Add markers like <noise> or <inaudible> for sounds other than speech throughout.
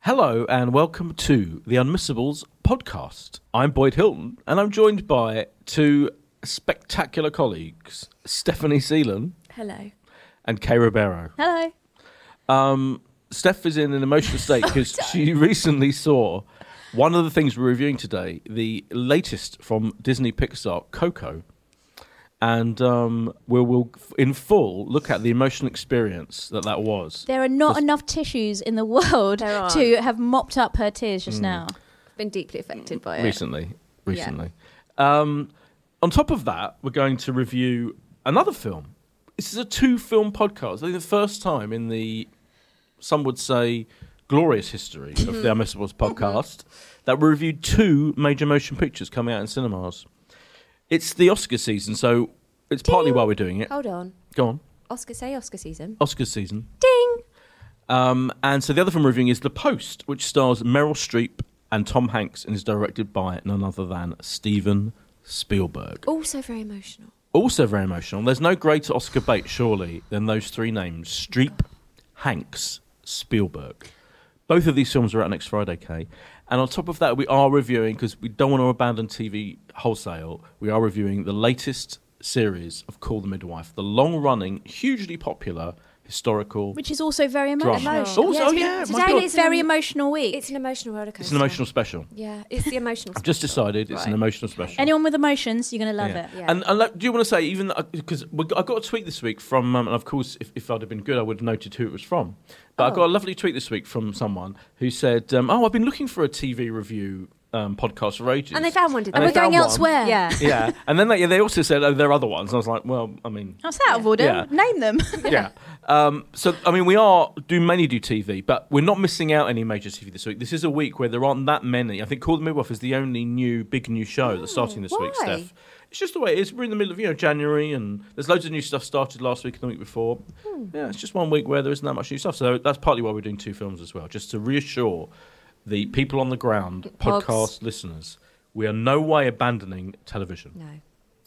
Hello and welcome to the Unmissables podcast. I'm Boyd Hilton and I'm joined by two spectacular colleagues, Stephanie Seelan Hello. and Kay Ribeiro. Um, Hello. Steph is in an emotional state because she recently saw one of the things we're reviewing today, the latest from Disney Pixar, Coco. And um, we will, in full, look at the emotional experience that that was. There are not Just- enough tissues in the world There aren't. to have mopped up her tears Mm. just now. I've been deeply affected by it. recently. Recently. Um, on top of that, we're going to review another film. This is a two-film podcast. I think the first time in the, some would say, glorious history of the Unmissables podcast that we reviewed two major motion pictures coming out in cinemas. It's the Oscar season, so it's partly Ding. why we're doing it. Hold on. Go on, Oscar say Oscar season. Oscar season. Ding. Um, and so the other film we're reviewing is The Post, which stars Meryl Streep and Tom Hanks and is directed by none other than Steven Spielberg. Also very emotional. Also very emotional. There's no greater Oscar bait, surely, than those three names Streep, Hanks, Spielberg. Both of these films are out next Friday, Kay. And on top of that, we are reviewing, because we don't want to abandon TV wholesale, we are reviewing the latest series of Call the Midwife, the long running, hugely popular historical Which is also very drama. emotional. Emotional. Also- Yeah, oh, it's been- yeah, my today God. It's a very emotional week. It's an emotional roller coaster. It's an emotional special. Yeah, it's the emotional. I've just decided it's an Right. emotional special. Anyone with emotions, you're going to love Yeah. it. Yeah. And, and like, do you want to say even because I got a tweet this week from, um, and of course, if, if I'd have been good, I would have noted who it was from. But I got a lovely tweet this week from someone who said, um, "Oh, I've been looking for a TV review um, podcast for ages, And they found one, didn't And they? We're they found going one. elsewhere. Yeah. yeah, and then they, they also said, "Oh, there are other ones." And I was like, "Well, I mean, That's out of order. Yeah. Name <laughs> them. yeah. Um, so I mean, we are do many do TV, but we're not missing out any major TV this week. This is a week where there aren't that many. I think Call the Midwife is the only new big new show that's starting this week. why? Steph, it's just the way it is. We're in the middle of you know January, and there's loads of new stuff started last week and the week before. Yeah, it's just one week where there isn't that much new stuff. So that's partly why we're doing two films as well, just to reassure the people on the ground, Pogs. podcast listeners, we are no way abandoning television. No.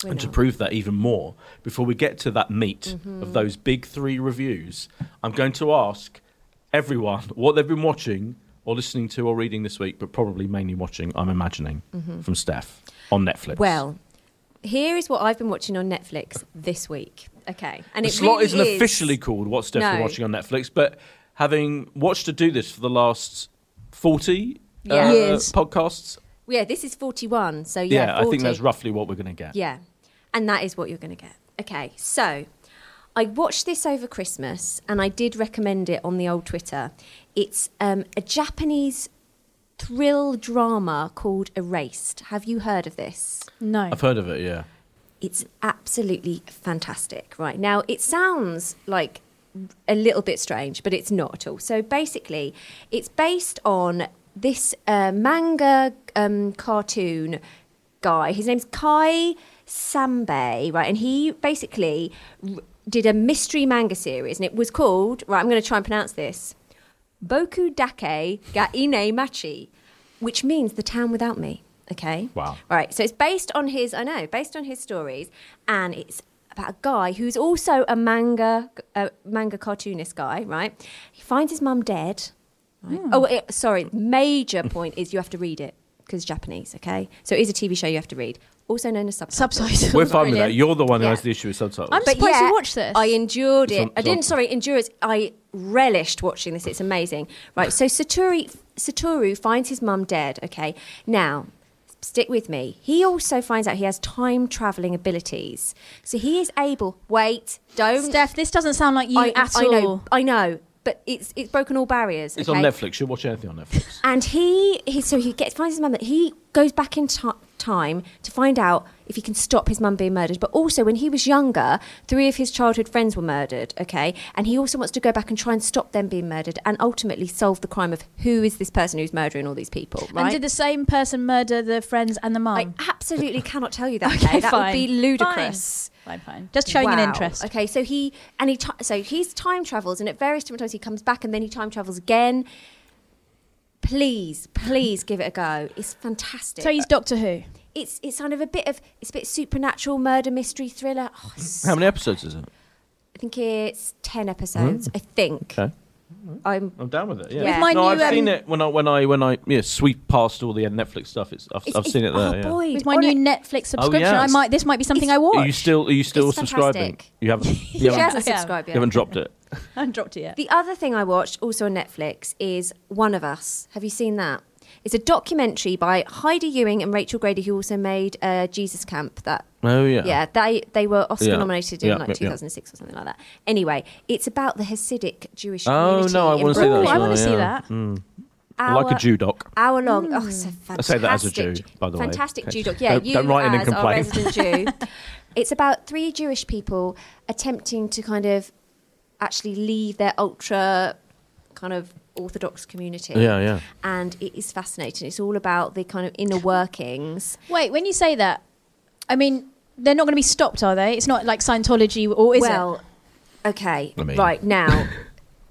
we're And to not. prove that even more, before we get to that meat Mm-hmm. of those big three reviews, I'm going to ask everyone what they've been watching or listening to or reading this week, but probably mainly watching, I'm imagining, from Steph on Netflix. Mm-hmm. Well, here is what I've been watching on Netflix this week. Okay, and the it slot really isn't is- officially called What Steph Been No. Watching on Netflix, but having watched her do this for the last 40 Yeah. Years. podcasts, Yeah, this is forty-one. So yeah, yeah, I think 40. that's roughly what we're going to get. Yeah. And that is what you're going to get. Okay. So I watched this over Christmas and I did recommend it on the old Twitter. It's um, a Japanese thrill drama called Erased. Have you heard of this? No. I've heard of it, yeah. It's absolutely fantastic. Right. Now, it sounds like a little bit strange, but it's not at all. So basically, it's based on this uh, manga um, cartoon guy. His name's Kai Sambe, right? And he basically r- did a mystery manga series, and it was called, right, I'm going to try and pronounce this Boku Dake ga Ine Machi, which means the town without me. Okay. Wow. Right. So it's based on his, I know, based on his stories, and it's about a guy who's also a manga, a manga cartoonist guy. Right. He finds his mum dead. Right? Oh, it, sorry. Major point is you have to read it because Japanese. Okay. So it is a TV show you have to read, also known as subtitles. Subtitles. We're fine with that. Brilliant. You're the one who Yeah. has the issue with subtitles. I'm surprised you watched this. I endured It's it. on- I it's on- didn't. Sorry, endure it. I relished watching this. It's amazing. Right. So Satori Satoru finds his mum dead. Okay. Now, stick with me. He also finds out he has time traveling abilities. So he is able. Wait. Don't. Steph, this doesn't sound like you I, at I all. know. I know. But it's it's broken all barriers. it's okay? on Netflix. You'll watch anything on <laughs> Netflix. And he, he so he gets finds his mum. that He goes back in ti time to find out if he can stop his mum being murdered. But also, when he was younger, three of his childhood friends were murdered. Okay, and he also wants to go back and try and stop them being murdered, and ultimately solve the crime of who is this person who's murdering all these people. Right? And did the same person murder the friends and the mum? I <laughs> absolutely cannot tell you <laughs> that. Kay. that would be fine. ludicrous. Fine. Fine, fine. Just showing an Wow. interest. Okay, so he and he t- so he's time travels, and at various different times he comes back, and then he time travels again. Please, please give it a go. It's fantastic. So he's Doctor Who. it's it's kind of a bit of it's a bit supernatural murder mystery thriller. Oh, it's- How many episodes is it? I think it's ten episodes. I think. Hmm. Okay. I'm I'm down with it. Yeah. With no, my I've new, um, seen it when I when I when I yeah sweep past all the Netflix stuff. It's I've, it's- I've seen it oh, there. yeah. boy, With my on new it. Netflix subscription, yeah. I might. This might be something I watch. Are you still are you still It's subscribing? fantastic. You haven't <laughs> you She haven't, hasn't I have. subscribed you yet. haven't dropped it. <laughs> I haven't dropped it yet. The other thing I watched, also on Netflix, is One of Us. Have you seen that? It's a documentary by Heidi Ewing and Rachel Grady, who also made uh, Jesus Camp. That Oh yeah. yeah, they they were Oscar Yeah. nominated in Yeah, like yeah, yeah. 2006 or something like that. Anyway, it's about the Hasidic Jewish Oh community. no, I in want to see Brooklyn. that. as Ooh, I well, wanna see yeah. that. Mm. Hour, Like a Jew doc. hour long. Oh, so fantastic. I say that as a Jew, by the way. Fantastic Okay. Jew doc. Yeah, Don't- you don't write in and as our complain. resident <laughs> Jew. It's about three Jewish people attempting to kind of actually leave their ultra kind of orthodox community. Yeah, yeah. And it is fascinating. It's all about the kind of inner workings. Wait, when you say that, I mean they're not going to be stopped, are they? It's not like Scientology, or is well, okay, I mean- right <laughs> now.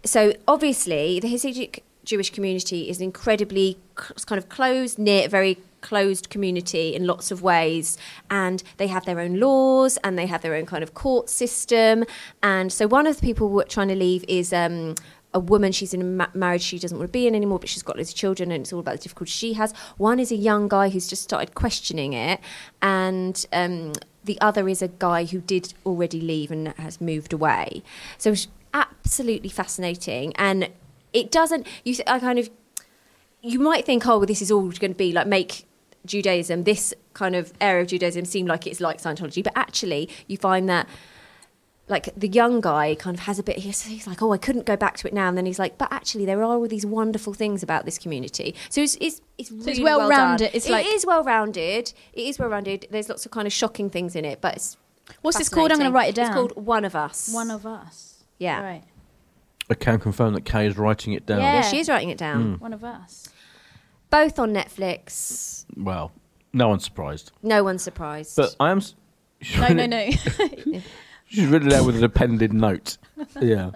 so obviously, the Hasidic Jewish community is an incredibly c- kind of closed knit, very closed community in lots of ways, and they have their own laws and they have their own kind of court system. And so, one of the people we're trying to leave is. Um, a woman she's in a ma- marriage she doesn't want to be in anymore, but she's got loads of children, and it's all about the difficulties she has. One is a young guy who's just started questioning it, and um, the other is a guy who did already leave and has moved away. So it's absolutely fascinating, and it doesn't. You, th- I kind of, you might think, oh, well, this is all going to be like make Judaism this kind of area of Judaism seem like it's like Scientology, but actually, you find that like the young guy kind of has a bit he's, he's like oh i couldn't go back to it now and then he's like but actually there are all these wonderful things about this community so it's it's it's, really it's well well-rounded. done. It's It like- is well rounded it is well rounded there's lots of kind of shocking things in it but it's it? What's this called? I'm going to fascinating. write it down. it's called one of us One of Us. yeah Right. I can confirm that Kay is writing it down. yeah Yeah. she is writing it down One of <laughs> Us. both on netflix Well, no one's surprised. no one's surprised But I am. s- No, no, no. <laughs> <laughs> She's written it down with an appended note. <laughs> Yeah.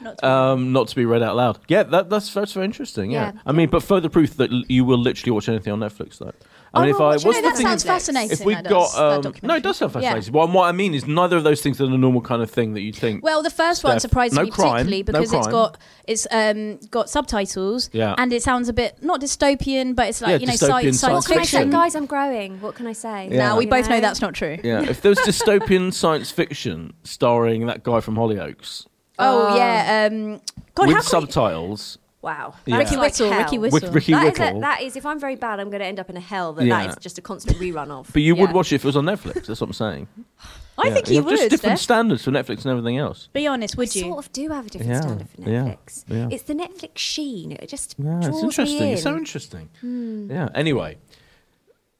Not to- Um, not to be read out loud. Yeah, that, that's that's very interesting. Yeah. Yeah. I mean, but further proof that l- you will literally watch anything on Netflix, though. I I mean, will watch if I what's it. No, the that thing? sounds Netflix? fascinating. if we that got does, that um, no, it documentary. does sound Yeah. fascinating. Well, what I mean is neither of those things are the normal kind of thing that you think. Well, the first one Steph, surprised no me crime, particularly no because it's crime. got it's um, got subtitles Yeah. and it sounds a bit not dystopian, but it's like Yeah, you know dystopian sci- science science what can i say fiction. fiction. guys i'm growing what can i say Yeah. Now we You both know that's not true. <laughs> yeah, if there was dystopian science fiction starring that guy from Hollyoaks Oh Uh, yeah, um, God, with how can we- subtitles wow Yeah. That's Ricky like Whittle, hell. Ricky Whittle. with Whistle. Ricky That is, Whittle, a, that is, if I'm very bad, I'm going to end up in a hell that Yeah. that is just a constant rerun of. but you would Yeah. watch it if it was on Netflix. That's what I'm saying. <laughs> I Yeah. think You he have Just would. different Steph. standards for Netflix and everything else. Be honest, would I you? sort of do have a different Yeah, standard for yeah, Netflix. yeah. It's the Netflix sheen. It just Yeah, draws it's me interesting. in. It's so interesting. Hmm. Yeah. Anyway,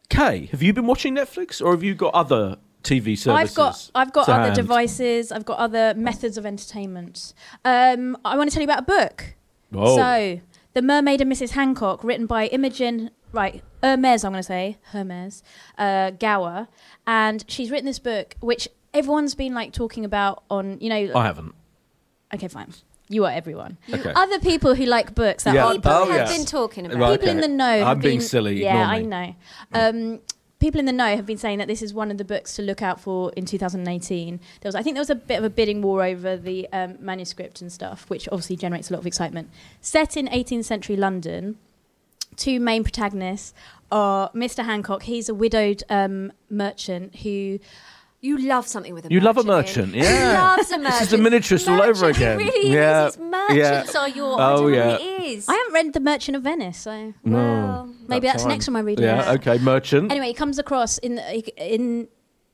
Kay, have you been watching Netflix or have you got other TV services? I've got I've got to other hand? devices. I've got other methods of entertainment. Um, I want to tell you about a book. Oh. So, The Mermaid and Mrs. Hancock, written by Imogen, right, Hermes, I'm going to say, Hermes, uh, Gower. And she's written this book, which everyone's been like talking about on, you know, I <gasps> haven't. okay, fine. You are everyone. Okay. Other people who like books that Yeah. are People Oh, have yes. been talking about Right. it. people okay. in the know. have I'm being been- silly, Yeah, I ignore know. Um, people in the know have been saying that this is one of the books to look out for in 2018. There was, I think, there was a bit of a bidding war over the um, manuscript and stuff, which obviously generates a lot of excitement. Set in 18th century London, two main protagonists are Mr. Hancock. He's a widowed um, merchant who. You love something with a You love a merchant, merchant. in. yeah. <laughs> He loves a merchant. This is the miniaturist all over Merchant, again. It really Yeah, is. It's Merchants are your. I Oh, don't know yeah. what it is. I haven't read The Merchant of Venice, so Well, maybe that's next on my reading Yeah. list. Okay. Merchant. Anyway, he comes across in in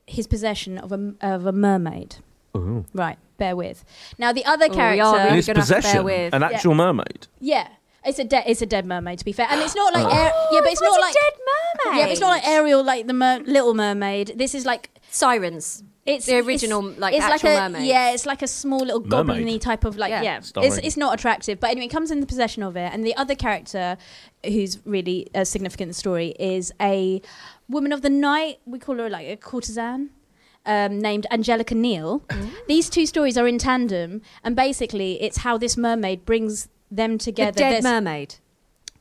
his possession of a of a mermaid. Ooh. Right, bear with. Now the other Oh, we are In really- character, his You're gonna have to bear possession, with- an Yeah. actual mermaid. yeah, it's a dead it's a dead mermaid to be fair, and it's not like Ar- Oh, yeah, but I <gasps> it's thought not a like dead mermaid. yeah, but it's not like Ariel like the mer- Little Mermaid. This is like sirens. it's The original, it's- like, it's actual like a, mermaid. Yeah, it's like a small little Mermaid. goblin-y type of like Yeah. yeah. Starring- It's it's not attractive, but anyway, it comes in the possession of it. And the other character, who's really uh, significant in the story, is a woman of the night. We call her like a courtesan. Um, named Angelica Neal. Mm. These two stories are in tandem, and basically, it's how this mermaid brings them The together. dead There's- mermaid.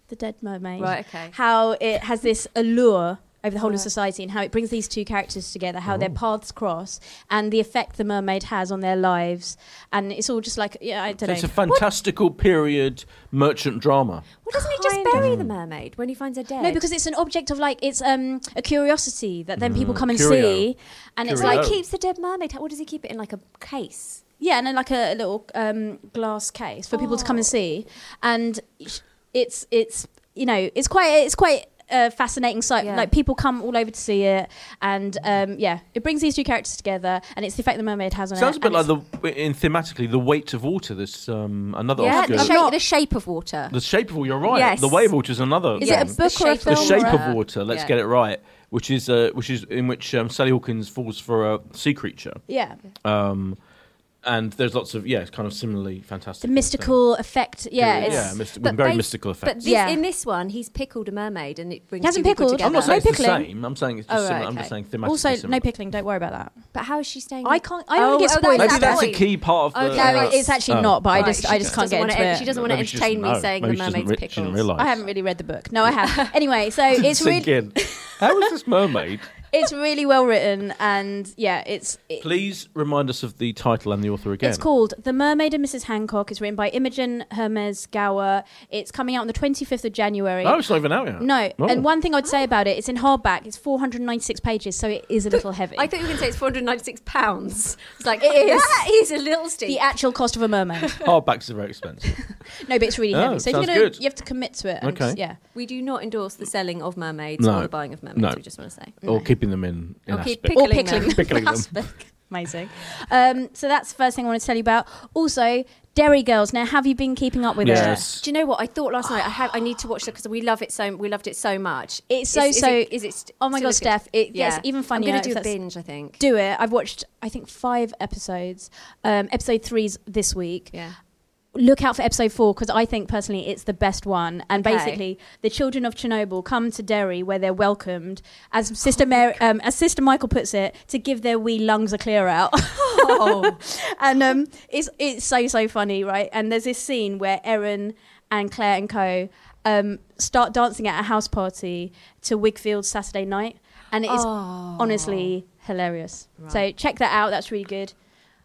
the dead mermaid Right, okay. how it has this allure over the whole Right. of society and how it brings these two characters together, how Oh. their paths cross, and the effect the mermaid has on their lives. And it's all just like, yeah, I don't So it's know. a fantastical period merchant drama. Well, doesn't he just Kind of. bury the mermaid when he finds her dead? no, because it's an object of like it's um, a curiosity that then people Mm. come and Curio. see, and it's so Curio. like he keeps the dead mermaid. How, what does he keep it in, like a case? Yeah, and then like a, little um, glass case for people to come and Oh. see, and it's it's you know it's quite it's quite a fascinating sight. Yeah. Like people come all over to see it, and um, yeah, it brings these two characters together, and it's the effect the mermaid has on Sounds a it. bit and like it's- the in thematically the weight of water. This um, another yeah, Oscar. the The, shape, Not- the shape of water. shape of water. You're right. Yes. The way of water is another. one. Is it a Yeah. book or a The the film? shape shape or of a- water. Let's yeah. get it right. Which is uh, which is in which um, Sally Hawkins falls for a sea creature. Yeah, Um, and there's lots of yeah, it's kind of similarly fantastic. the mystical effect. Yeah, yeah, it's, yeah myst- but very bas- mystical effects. But this, Yeah. in this one, he's pickled a mermaid, and it brings He hasn't two people pickled. together. I'm not No saying it's pickling. the same. I'm saying it's just Oh, right, similar. I'm just okay. saying thematically also similar. no pickling. Don't worry about that. but how is she staying? I can't. I only Oh, get oh, spoiled. that's Maybe that that's a point. key part of Okay. the. No, it's actually Oh. not. But I Right, just she I just can't doesn't get wanna into en- it. She doesn't want to Maybe she entertain doesn't me know. saying Maybe the she doesn't mermaid's re- she pickles. didn't realise. I haven't really read the book. <laughs> No, I have. anyway, so it's really Sink <laughs> in. How is this mermaid? it's really well written, and yeah, it's it- Please remind us of the title and the author again. It's called The Mermaid and Mrs. Hancock. It's written by Imogen Hermes Gower. It's coming out on the 25th of January. No, it's not even out yet. No, Oh. and one thing I'd say about it, it's in hardback. It's 496 pages, so it is a little heavy. I thought you were going to say it's 496 pounds. It's like, it is. <laughs> that is a little steep. the actual cost of a mermaid. <laughs> Hardbacks are very <laughs> expensive. No, but it's really Oh, heavy. So sounds if you're gonna, good. you have to commit to it. And Okay. Yeah. we do not endorse the selling of mermaids No. or the buying of mermaids, No. we just want to say. or keeping them in. in Or keep aspect. Or Pickling pickling. them. <laughs> Pickling them. Aspect. Amazing. Um, so that's the first thing I want to tell you about. Also, Dairy Girls. Now, have you been keeping up with it? Yes. Do you know what I thought last night? I have. I need to watch that because we love it so. We loved it so much. It's so, Is- is so- it- Is it? st- Oh my still God, as good? Steph. It gets even funnier I'm if going to do a that's- binge. I think. Do it. I've watched, I think, five episodes. Um, episode three's this week. Yeah. look out for episode four because I think personally it's the best one. And Okay. basically, the children of Chernobyl come to Derry where they're welcomed, as Sister Mary, um, as Sister Michael puts it, to give their wee lungs a clear out. <laughs> and um, it's it's so so funny, right? And there's this scene where Erin and Claire and Co. Um, start dancing at a house party to Wigfield's Saturday night, and it is honestly hilarious. So check that out. That's really good.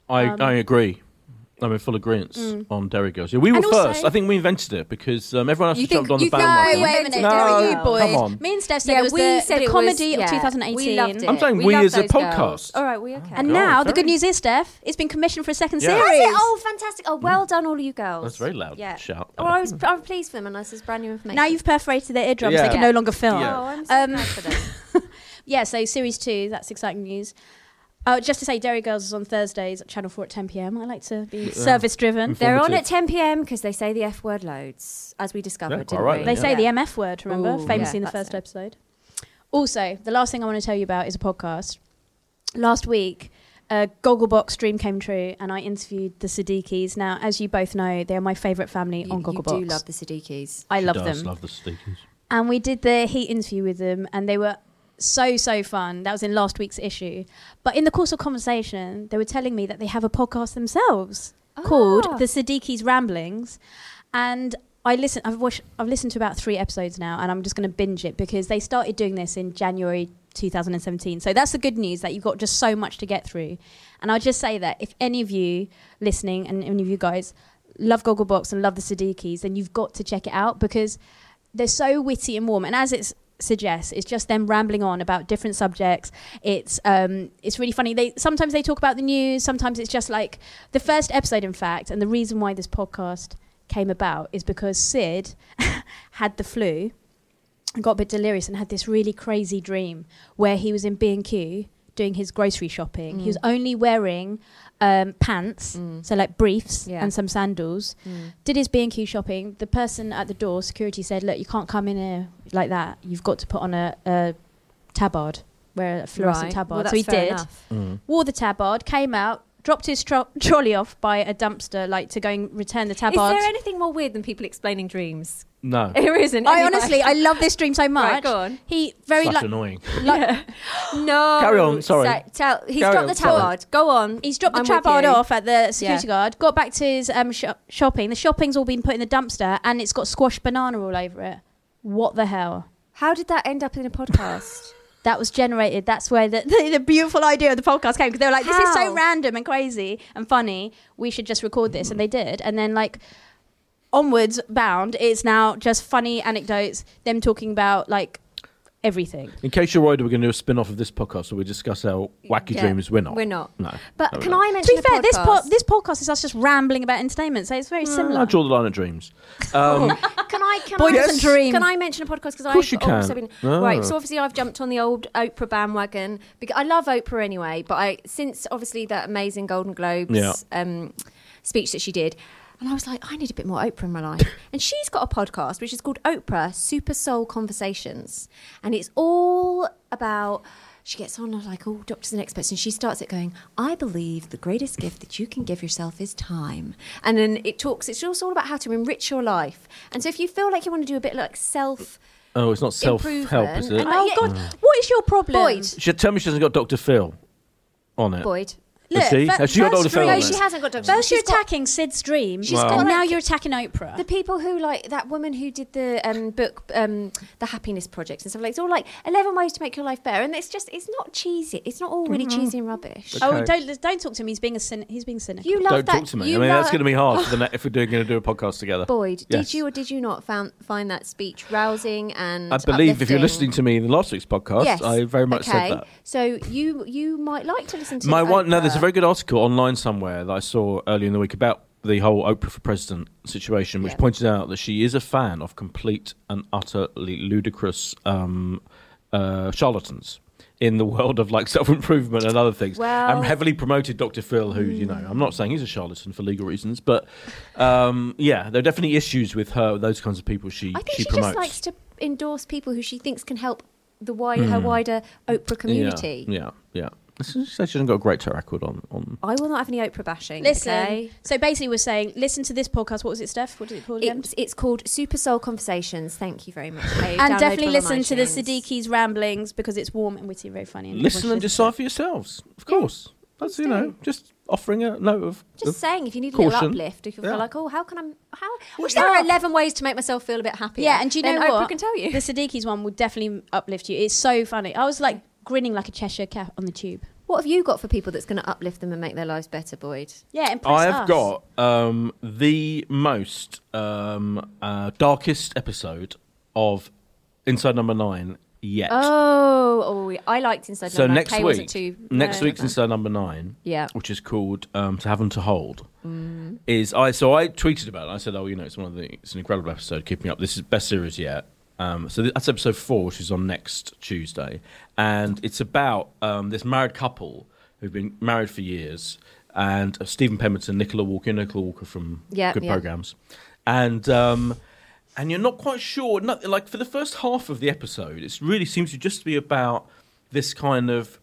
I, Um, Mm. I agree. I'm in full agreement on Dairy Girls. Yeah, we were And also- first. I think we invented it because um, everyone else You has think- jumped on the you think- no, bandwagon. wait. No, Derry come on. Me and Steph said Yeah, it was we the, said the it was- comedy of yeah, We 2018. loved it. I'm saying we love as a those girls. podcast. All right, we okay. And God, now the very- good news is, Steph, it's been commissioned for a second Yeah. That's series. it. Oh, fantastic! Oh, well done, all you girls. That's very loud shout. Well, I was I was pleased for them, and this is brand new information. Now you've perforated their eardrums; Yeah. they can Yeah. no longer film. Yeah. Oh, I'm so Um, glad for them. Yeah, so series two, that's exciting news. Oh, just to say, Dairy Girls is on Thursdays at Channel 4 at 10 pm. I like to be service driven. Inform- <laughs> They're on at Informative. 10 p.m. because they say the F word loads, as we discovered. Yeah, quite didn't right we? then, They Yeah. say the MF word, remember? Ooh, Famously yeah, in the that's first it. episode. Also, the last thing I want to tell you about is a podcast. Last week, a Gogglebox dream came true, and I interviewed the Siddiquis. Now, as you both know, they are my favourite family You, on you Gogglebox. do love the Siddiquis. I She love does them. love the sneakers. and we did the heat interview with them and they were so so fun that was in last week's issue but in the course of conversation they were telling me that they have a podcast themselves called Ah. the siddiqui's ramblings and i listen i've watched i've listened to about three episodes now and i'm just going to binge it because they started doing this in january 2017 so that's the good news that you've got just so much to get through and i'll just say that if any of you listening and any of you guys love gogglebox and love the siddiquis then you've got to check it out because they're so witty and warm and as it suggests it's just them rambling on about different subjects it's um it's really funny they sometimes they talk about the news sometimes it's just like the first episode in fact and the reason why this podcast came about is because sid <laughs> had the flu and got a bit delirious and had this really crazy dream where he was in b&q doing his grocery shopping he was only wearing um, pants so like briefs Mm. Yeah. and some sandals mm. did his b&q shopping the person at the door security said look you can't come in here like that you've got to put on a, a tabard wear a fluorescent Right. tabard Well, so he that's fair did enough. Mm. wore the tabard came out dropped his tro- trolley off by a dumpster like to go and return the Is tabard there anything more weird than people explaining dreams? <laughs> No. There isn't. I anyway. honestly, I love this dream so much. go on. He very Such like annoying. no. Carry on, sorry. tell, he's Carry dropped on, the sorry. tabard. Go on. He's dropped the I'm with trapard you. off at the security guard, got back to his um, shop shopping. The shopping's all been put in the dumpster and it's got squashed banana all over it. What the hell? <laughs> How did that end up in a podcast? that was generated. That's where the, <laughs> the, the beautiful idea of the podcast came because they were like, this is How? so random and crazy and funny. We should just record this. And they did. And then, like, onwards bound, it's now just funny anecdotes, them talking about like everything. In case you're worried, we're going to do a spin off of this podcast where we discuss our wacky Yeah. dreams. We're not. We're not. No. But No, we're can not. I To mention be a fair, this, po- podcast? Mm. this podcast is us just rambling about entertainment. So it's very similar. I draw the line at <laughs> dreams. Oh. Um, Can I? Can Boy I doesn't dream. Can I mention a podcast? Because course you I've can. Ah. also been No. right. So obviously I've jumped on the old Oprah bandwagon because I love Oprah anyway. But I since obviously that amazing Golden Globes Yeah. um, speech that she did. And I was like, I need a bit more Oprah in my life. And she's got a podcast which is called Oprah Super Soul Conversations. And it's all about, she gets on like all doctors and experts, and she starts it going, I believe the greatest gift that you can give yourself is time. And then it talks, it's also all about how to enrich your life. And so if you feel like you want to do a bit like self, oh, <laughs> it's not self help, is Improvement. it? And Oh Yeah. God! Mm. What is your problem, Boyd, She, tell me she hasn't got Dr. Phil on it. Boyd. Is she? fir- Has she got Dr. first Phil three- on No, it? she hasn't got doctors. First, you're She's got attacking Sid's dream, She's got and now like- you're attacking Oprah. the people who like that woman who did the um, book um, the happiness project and stuff like it's all like 11 ways to make your life better and it's just it's not cheesy it's not all really cheesy and rubbish Oh, Okay. don't don't talk to him. He's being a cyn- he's being cynical. you love Don't that talk to me. you I mean, that's love- going to be hard <laughs> for the ne- if we're doing, going to do a podcast together. Boyd, Yes. did you or did you not found, find that speech rousing and I believe if you're uplifting? listening to me in last week's podcast, yes. I very much okay. said that. So you you might like to listen to My one, no, there's a Oprah. very good article online somewhere that I saw earlier in the week about the whole Oprah for President situation, which Yeah. pointed out that she is a fan of complete and utterly ludicrous um, uh, charlatans in the world of like self improvement and other things. Well- Hmm. I'm heavily promoted Dr. Phil, who you know, I'm not saying he's a charlatan for legal reasons, but um, yeah, there are definitely issues with her, those kinds of people she I think she, she, promotes. just likes to endorse people who she thinks can help the wider her wider Oprah community. Hmm. Yeah, yeah. yeah. She hasn't got a great track record on, on I will not have any Oprah bashing. listen. okay? So basically, we're saying listen to this podcast. What was it, Steph? What did it called again? It's, it's called Super Soul Conversations. Thank you very much. They and downloadable definitely on listen to the iTunes. Siddiqui's ramblings because it's warm and witty, and very funny. everyone listen should and decide for yourselves. Of course, that's you know just offering a note of. Just saying, if you need a Caution. little uplift, if you Yeah. feel like, oh, how can I? How? I wish there were Yeah. eleven ways to make myself feel a bit happier. Yeah, and do you Then know Oprah what? can tell The you. Siddiqui's one will definitely uplift you. It's so funny. I was like grinning like a Cheshire cat on the tube. What have you got for people that's going to uplift them and make their lives better, Boyd? Yeah, impress I have us. got um, the most um, uh, darkest episode of Inside Number Nine yet. Oh, oh, we- I liked Inside so Number Nine. next Kay week, wasn't too, next uh, no, week's wasn't. Inside Number Nine, Yeah. Mm. which is called um, "To Have and to Hold." Is I so I tweeted about it. I said, "Oh, you know, it's one of the it's an incredible episode. Keep me up. This is best series yet." Um, so that's episode four, which is on next Tuesday, and it's about um, this married couple who've been married for years, and uh, Stephen Pemberton, Nicola Walker, Nicola Walker from Yeah, Good yeah. Programs, and. Um, and you're not quite sure. No, like for the first half of the episode, it really seems to just be about this kind of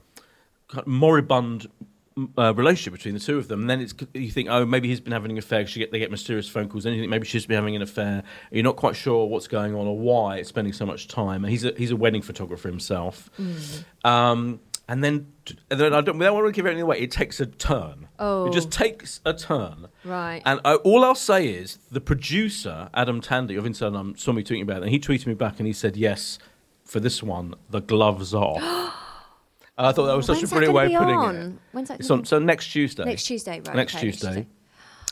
kind of moribund m- uh, relationship between the two of them. And then it's you think, oh, maybe he's been having an affair. 'cause She get, they get mysterious phone calls. And you think maybe she's been having an affair. You're not quite sure what's going on or why it's spending so much time. And he's a, he's a wedding photographer himself. Um, and then, and then I don't, without want to give anything away, it takes a turn. Oh. It just takes a turn. Right. And I, all I'll say is the producer, Adam Tandy of Inside Numb, saw me tweeting about it, and he tweeted me back and he said, yes, for this one, the gloves are <gasps> off. And I thought that was Oh, such When's a that brilliant gonna way be of putting it. on? When's that It's gonna on, be- Oh, so next Tuesday. Next Tuesday, right, Next okay, next Tuesday. Tuesday.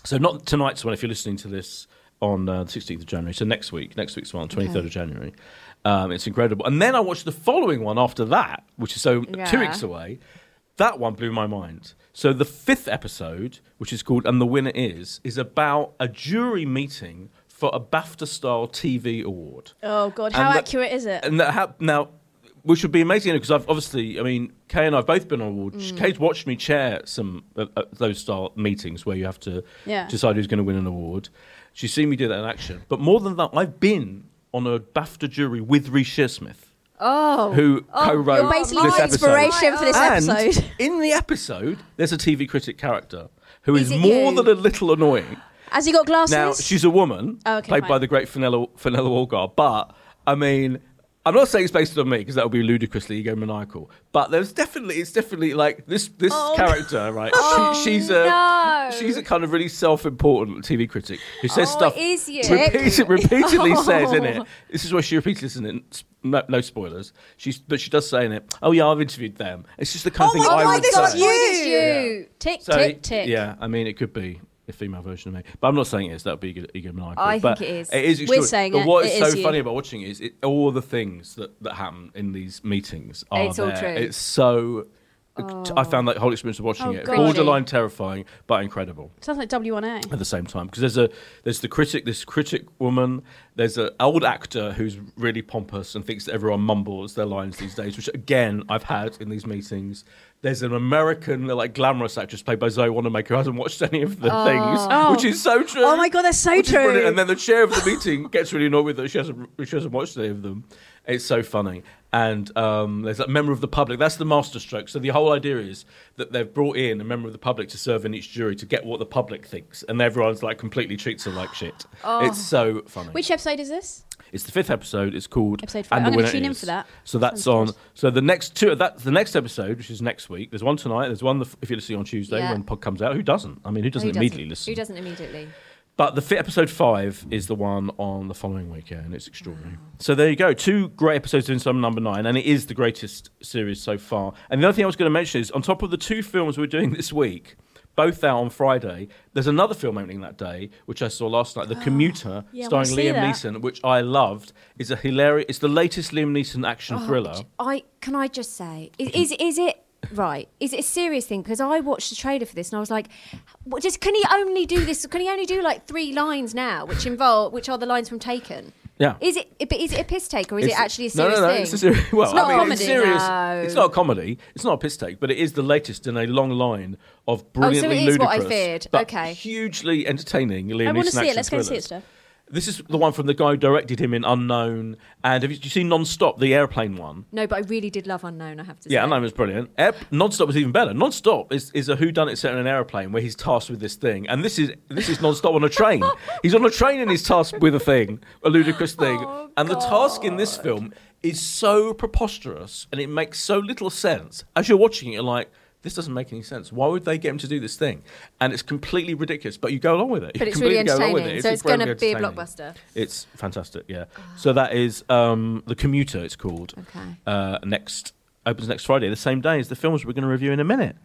So not tonight's one if you're listening to this on uh, the 16th of January. So next week, next week's one, 23rd Okay. of January. Um, it's incredible. And then I watched the following one after that, which is so two Yeah. weeks away. That one blew my mind. So the fifth episode, which is called And the Winner Is, is about a jury meeting for a BAFTA style TV award. Oh God, And how the- accurate is it? And that hap- now, which would be amazing because I've obviously, I mean, Kay and I've both been on award. Mm. Kay's watched me chair some of uh, those style meetings where you have to Yeah. decide who's going to win an award. She's seen me do that in action. But more than that, I've been on a BAFTA jury with Reece Shearsmith, Oh, who co-wrote You're basically this my episode. inspiration for this and episode. <laughs> in the episode, there's a TV critic character who is, Is it more you? than a little annoying. Has he got glasses? Now she's a woman, Oh, okay, played by fine. the great Fenella Fenella Walgar. But I mean, I'm not saying it's based on me because that would be ludicrously egomaniacal. But there's definitely it's definitely like this this Oh. character right. she, she's a no. she's a kind of really self-important TV critic who says Oh, stuff it is you. <laughs> repeat- repeatedly says in it. Oh. This is where she repeats this in it. It's- No, no spoilers. She's but she does say in it. Oh yeah, I've interviewed them. It's just the kind Oh of thing my I God, would this say. is you. you. Tick, So, tick, tick. Yeah, I mean, it could be a female version of me, but I'm not saying it is. That would be ego- egomaniacal. I think but it is. It is. We're extraordinary. saying but it. what It is so is you. funny about watching it is it, all the things that, that happen in these meetings are It's all there. true. It's so. I found that whole experience of watching Oh, it golly. borderline terrifying, but incredible Sounds like W1A. at the same time because there's a there's the critic this critic woman there's an old actor who's really pompous and thinks that everyone mumbles their lines these days which again I've had in these meetings there's an American like glamorous actress played by Zoe Wanamaker who hasn't watched any of the Oh. things which is so true Oh my God, that's so Which is true. brilliant. and then the chair of the meeting gets really annoyed with her she hasn't she hasn't watched any of them it's so funny and um, there's that member of the public. That's the masterstroke. So the whole idea is that they've brought in a member of the public to serve in each jury to get what the public thinks, and everyone's like completely treats her like shit. It's so funny. Oh. Which episode is this? It's the fifth episode. It's called Episode five. And I'm the gonna Winner tune in Is. for that. So that's Sounds on. So the next two. That's the next episode, which is next week. There's one tonight. There's one the, f- if you're listening on Tuesday Yeah. when pod comes out. Who doesn't? I mean, who doesn't Who immediately listen? Who doesn't immediately? But the fi episode five is the one on the following week, yeah, and it's extraordinary. So there you go, two great episodes of Insomnia Number Nine, and it is the greatest series so far. And the other thing I was going to mention is, on top of the two films we're doing <laughs> this week, both out on Friday, there's another film opening that day, which I saw last night, The Commuter, <gasps> Yeah, I wanna starring see Liam that. Neeson, which I loved. It's a hilarious. It's the latest Liam Neeson action Oh, thriller. I can I just say is is, is it right? Is it a serious thing? Because I watched the trailer for this and I was like, what, just can he only do this? Can he only do like three lines now, which involve which are the lines from Taken? Yeah. Is it? But is it a piss take or is it It's- actually a serious no, no, no, thing? It's a serious. <laughs> Well, It's not I mean, comedy. it's serious. No. It's not a comedy. It's not a piss take, but it is the latest in a long line of Oh, so it is brilliantly what I ludicrous, feared. but Okay. hugely entertaining. Liam I want wanna to see it. Let's go and see it, Steph. This is the one from the guy who directed him in Unknown. And have you, did you seen Nonstop, the airplane one? No, but I really did love Unknown. I have to say. Yeah, Unknown was brilliant. Air, Nonstop was even better. Nonstop is, is a whodunit set in an airplane where he's tasked with this thing. And this is this is Nonstop on a <laughs> train. he's on a train and he's tasked with a thing, a ludicrous thing. Oh, and the task in this film is so preposterous and it makes so little sense. As you're watching it, you're like, this doesn't make any sense. Why would they get him to do this thing? And it's completely ridiculous, but you go along with it. You But it's really completely go along with entertaining, so it's gonna incredibly be a entertaining. blockbuster. It's fantastic, yeah. So that is um, The Commuter, it's called. Okay. Uh, next Opens next Friday, the same day as the films we're going to review in a minute.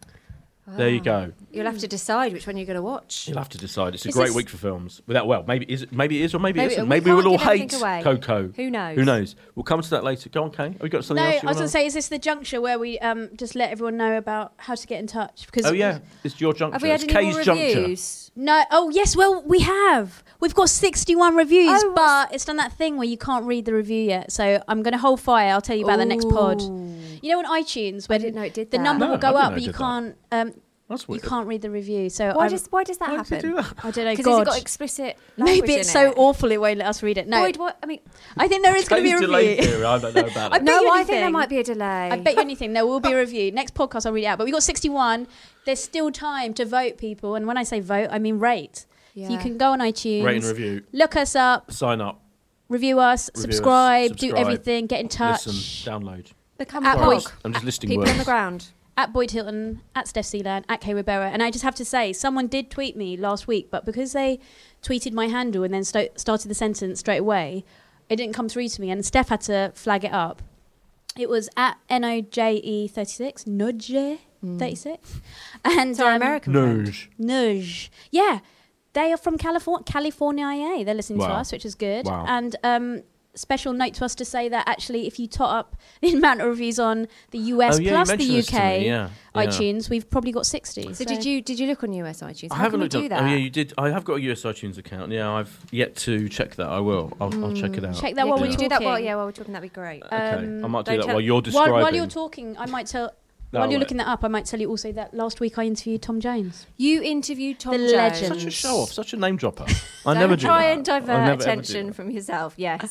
There you Ah. go. You'll have to decide which one you're going to watch. You'll have to decide. It's a Is great this- week for films. Without well, maybe is it, maybe it is or maybe, Maybe- it isn't. we Maybe we will can't all give anything hate away. Coco. Who knows? Who knows? We'll come to that later. Go on, Kay. Have you got something No, I else? was you going wanna- to say, is this the juncture where we um, just let everyone know about how to get in touch? Because Oh yeah, it's your juncture. Have we had it's any Kay's more juncture. reviews? No. Oh yes. Well, we have. We've got sixty-one reviews, Oh, what's- but it's done that thing where you can't read the review yet. So I'm going to hold fire. I'll tell you about the next pod. Ooh. You know, on iTunes, where didn't know it did the that. number No, will I go didn't up, know it but you did that. can't. Um, That's you weird. can't read the review. So Why I'm- does why does that Why did happen? you do that? I <laughs> don't know. Because it's God, got explicit. language maybe in it's so it. awful. It won't let us read it. No, Boyd, what I mean, I think there is going to be Kay's a delay review. theory. I don't know <laughs> about I it. bet no, you I think there anything. might be a delay. I bet you anything, there will be a review. Next podcast, I'll read it out. But we got 61. There's still time to vote, people. And when I say vote, I mean rate. So you Yeah. can go on iTunes, Rate and review. look us up, Sign up. review us, Review us, subscribe, do subscribe, everything, get in touch. Listen. Download. Become At a Sorry, I'm Boyd- blog. just- I'm just listing People words. on the ground. At Boyd Hilton, at Steph Sealand, at Kay Ribera. And I just have to say, someone did tweet me last week, but because they tweeted my handle and then sto- started the sentence straight away, it didn't come through to me. And Steph had to flag it up. It was at E N-O-J-E36, Nudge36. And It's our um, American friend. Nudge. Nuge. Yeah. They are from California, California IA. They're listening to Wow. us, which is good. Wow. And um, special note to us to say that actually, if you tot up <laughs> the amount of reviews on the US Oh, yeah, you plus mentioned the this UK to me, yeah, yeah. iTunes, we've probably got 60. So did you did you look on US iTunes? I How haven't can we looked do up- that? Oh yeah, you did. I have got a US iTunes account. Yeah, I've yet to check that. I will. I'll, I'll check it out. Check Yeah, that while can we're you talking. do that while yeah while we're talking? That'd be great. Uh, Okay, I might do don't that tell- while you're While, describing. while you're talking, I might tell. No, while you're wait. looking that up, I might tell you also that last week I interviewed Tom Jones. You interviewed Tom The Jones. legend. such a show off, such a name <laughs> dropper. I Don't never do try that. and I divert never ever do attention that. from yourself. Yes.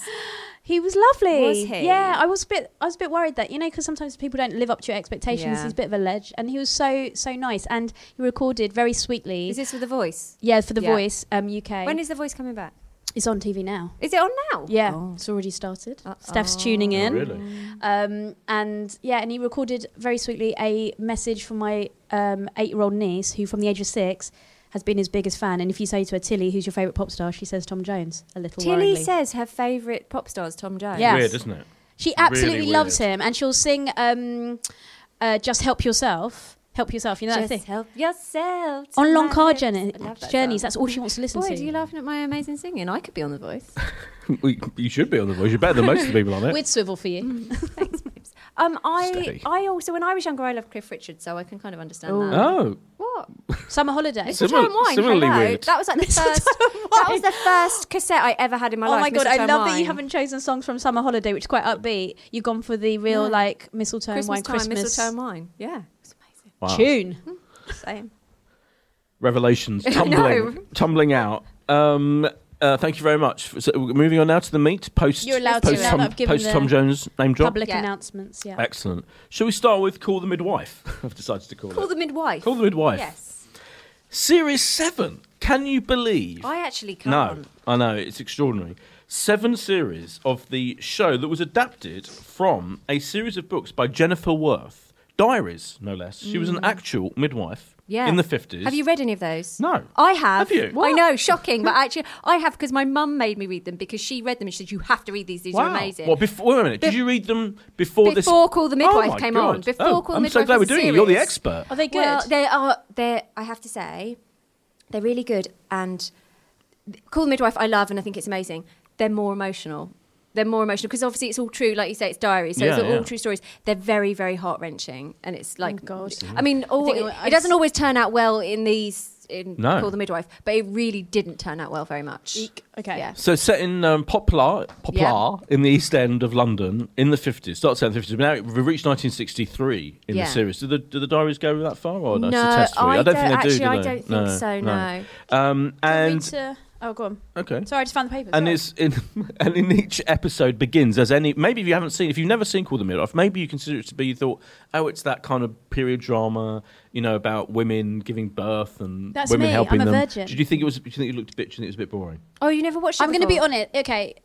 He was lovely. Was he? Yeah, I was a bit. I was a bit worried that you know because sometimes people don't live up to your expectations. Yeah. He's a bit of a ledge, and he was so so nice, and he recorded very sweetly. Is this with the voice? yeah, for the Yeah. Voice um, UK. When is the voice coming back? It's on TV now. Is it on now? Yeah, Oh. it's already started. Uh-oh. Steph's tuning in. Really? Um, and yeah, and he recorded very sweetly a message from my um, eight-year-old niece, who from the age of six has been his biggest fan. And if you say to her, Tilly, who's your favourite pop star, she says Tom Jones. A little Tilly worryingly. says her favourite pop star is Tom Jones. Yes. Weird, isn't it? she really absolutely loves weird. him, and she'll sing um, uh, "Just Help Yourself." Help yourself, you know that Just thing. help yourself. to On long my car lips. journey, I love that journeys, song. that's all she wants to listen Boy, to. are you laughing at my amazing singing? I could be on The <laughs> Voice. We- you should be on the voice. You're better than most of the people on <laughs> it. We'd swivel for you. Um, I Steady. I also when I was younger I loved Cliff Richard, so I can kind of understand Ooh. that. oh, What? Summer holiday. So- Similar- Mistletoe and wine. similarly hello. weird. That <laughs> was like the first. that was the first cassette I ever had in my oh life. my god, I Mistletoe and love that Wine. you haven't chosen songs from Summer Holiday, which is quite upbeat. You've gone for the real No. like mistletoe and Christmas wine time, Christmas mistletoe and wine. Yeah, it's amazing. wow. tune. Oh. Same. <laughs> Revelations I tumbling, know. tumbling out. Um, uh, thank you very much. So we're moving on now to the meat. Post, You're allowed to post now Tom, that I've given post the Tom Jones name drop. Public Yeah. announcements, yeah. Excellent. Shall we start with call the midwife? <laughs> I've decided to call, Call it. the midwife. call the midwife. Yes, Series seven. Can you believe? I actually can't. No, I know it's extraordinary. Seven series of the show that was adapted from a series of books by Jennifer Worth, diaries, no less. She was an actual midwife Yeah. in the fifties. Mm. Have you read any of those? No. I have. Have you? I What? know, shocking, but actually, I have because my mum made me read them because she read them and she said, "You have to read these; these Wow. are amazing." Well, before wait a minute, did Be- you read them before, this? Before Call the Midwife Oh my came God. on. Before Oh, Call the I'm Midwife so glad we're was a doing it. You're the series. expert. Are they good? Well, they are. They, I have to say, they're really good. And Call the Midwife, I love, and I think it's amazing. They're more emotional. They're more emotional because obviously it's all true, like you say, it's diary, so it's Yeah, all yeah. true stories. They're very, very heart wrenching, and it's like, Oh, God. I mean, all, think it- it, I doesn't just- always turn out well in these in No. Call the Midwife, but it really didn't turn out well very much. Eek. Okay. yeah. So set in um, Poplar, Poplar in the East End of London in the fifties, starts out in the fifties. Now we've reached 1963 in Yeah. the series. Do the, do the diaries go that far? Or no, No, it's Oh, a test for you. I I don't think they don't- do. actually, I do they? don't think so, Um, and Rita- oh, go on. okay, Sorry, I just found the paper. and it's in <laughs> and in each episode begins as any. Maybe if you haven't seen, if you've never seen Call the Midwife, maybe you consider it to be you thought, oh, it's that kind of period drama, you know, about women giving birth and That's women me. helping I'm a them. virgin. Did you think it was? Did you think it looked a bitch and it was a bit boring? Oh, you never watched? It I'm going to be before? honest. Okay,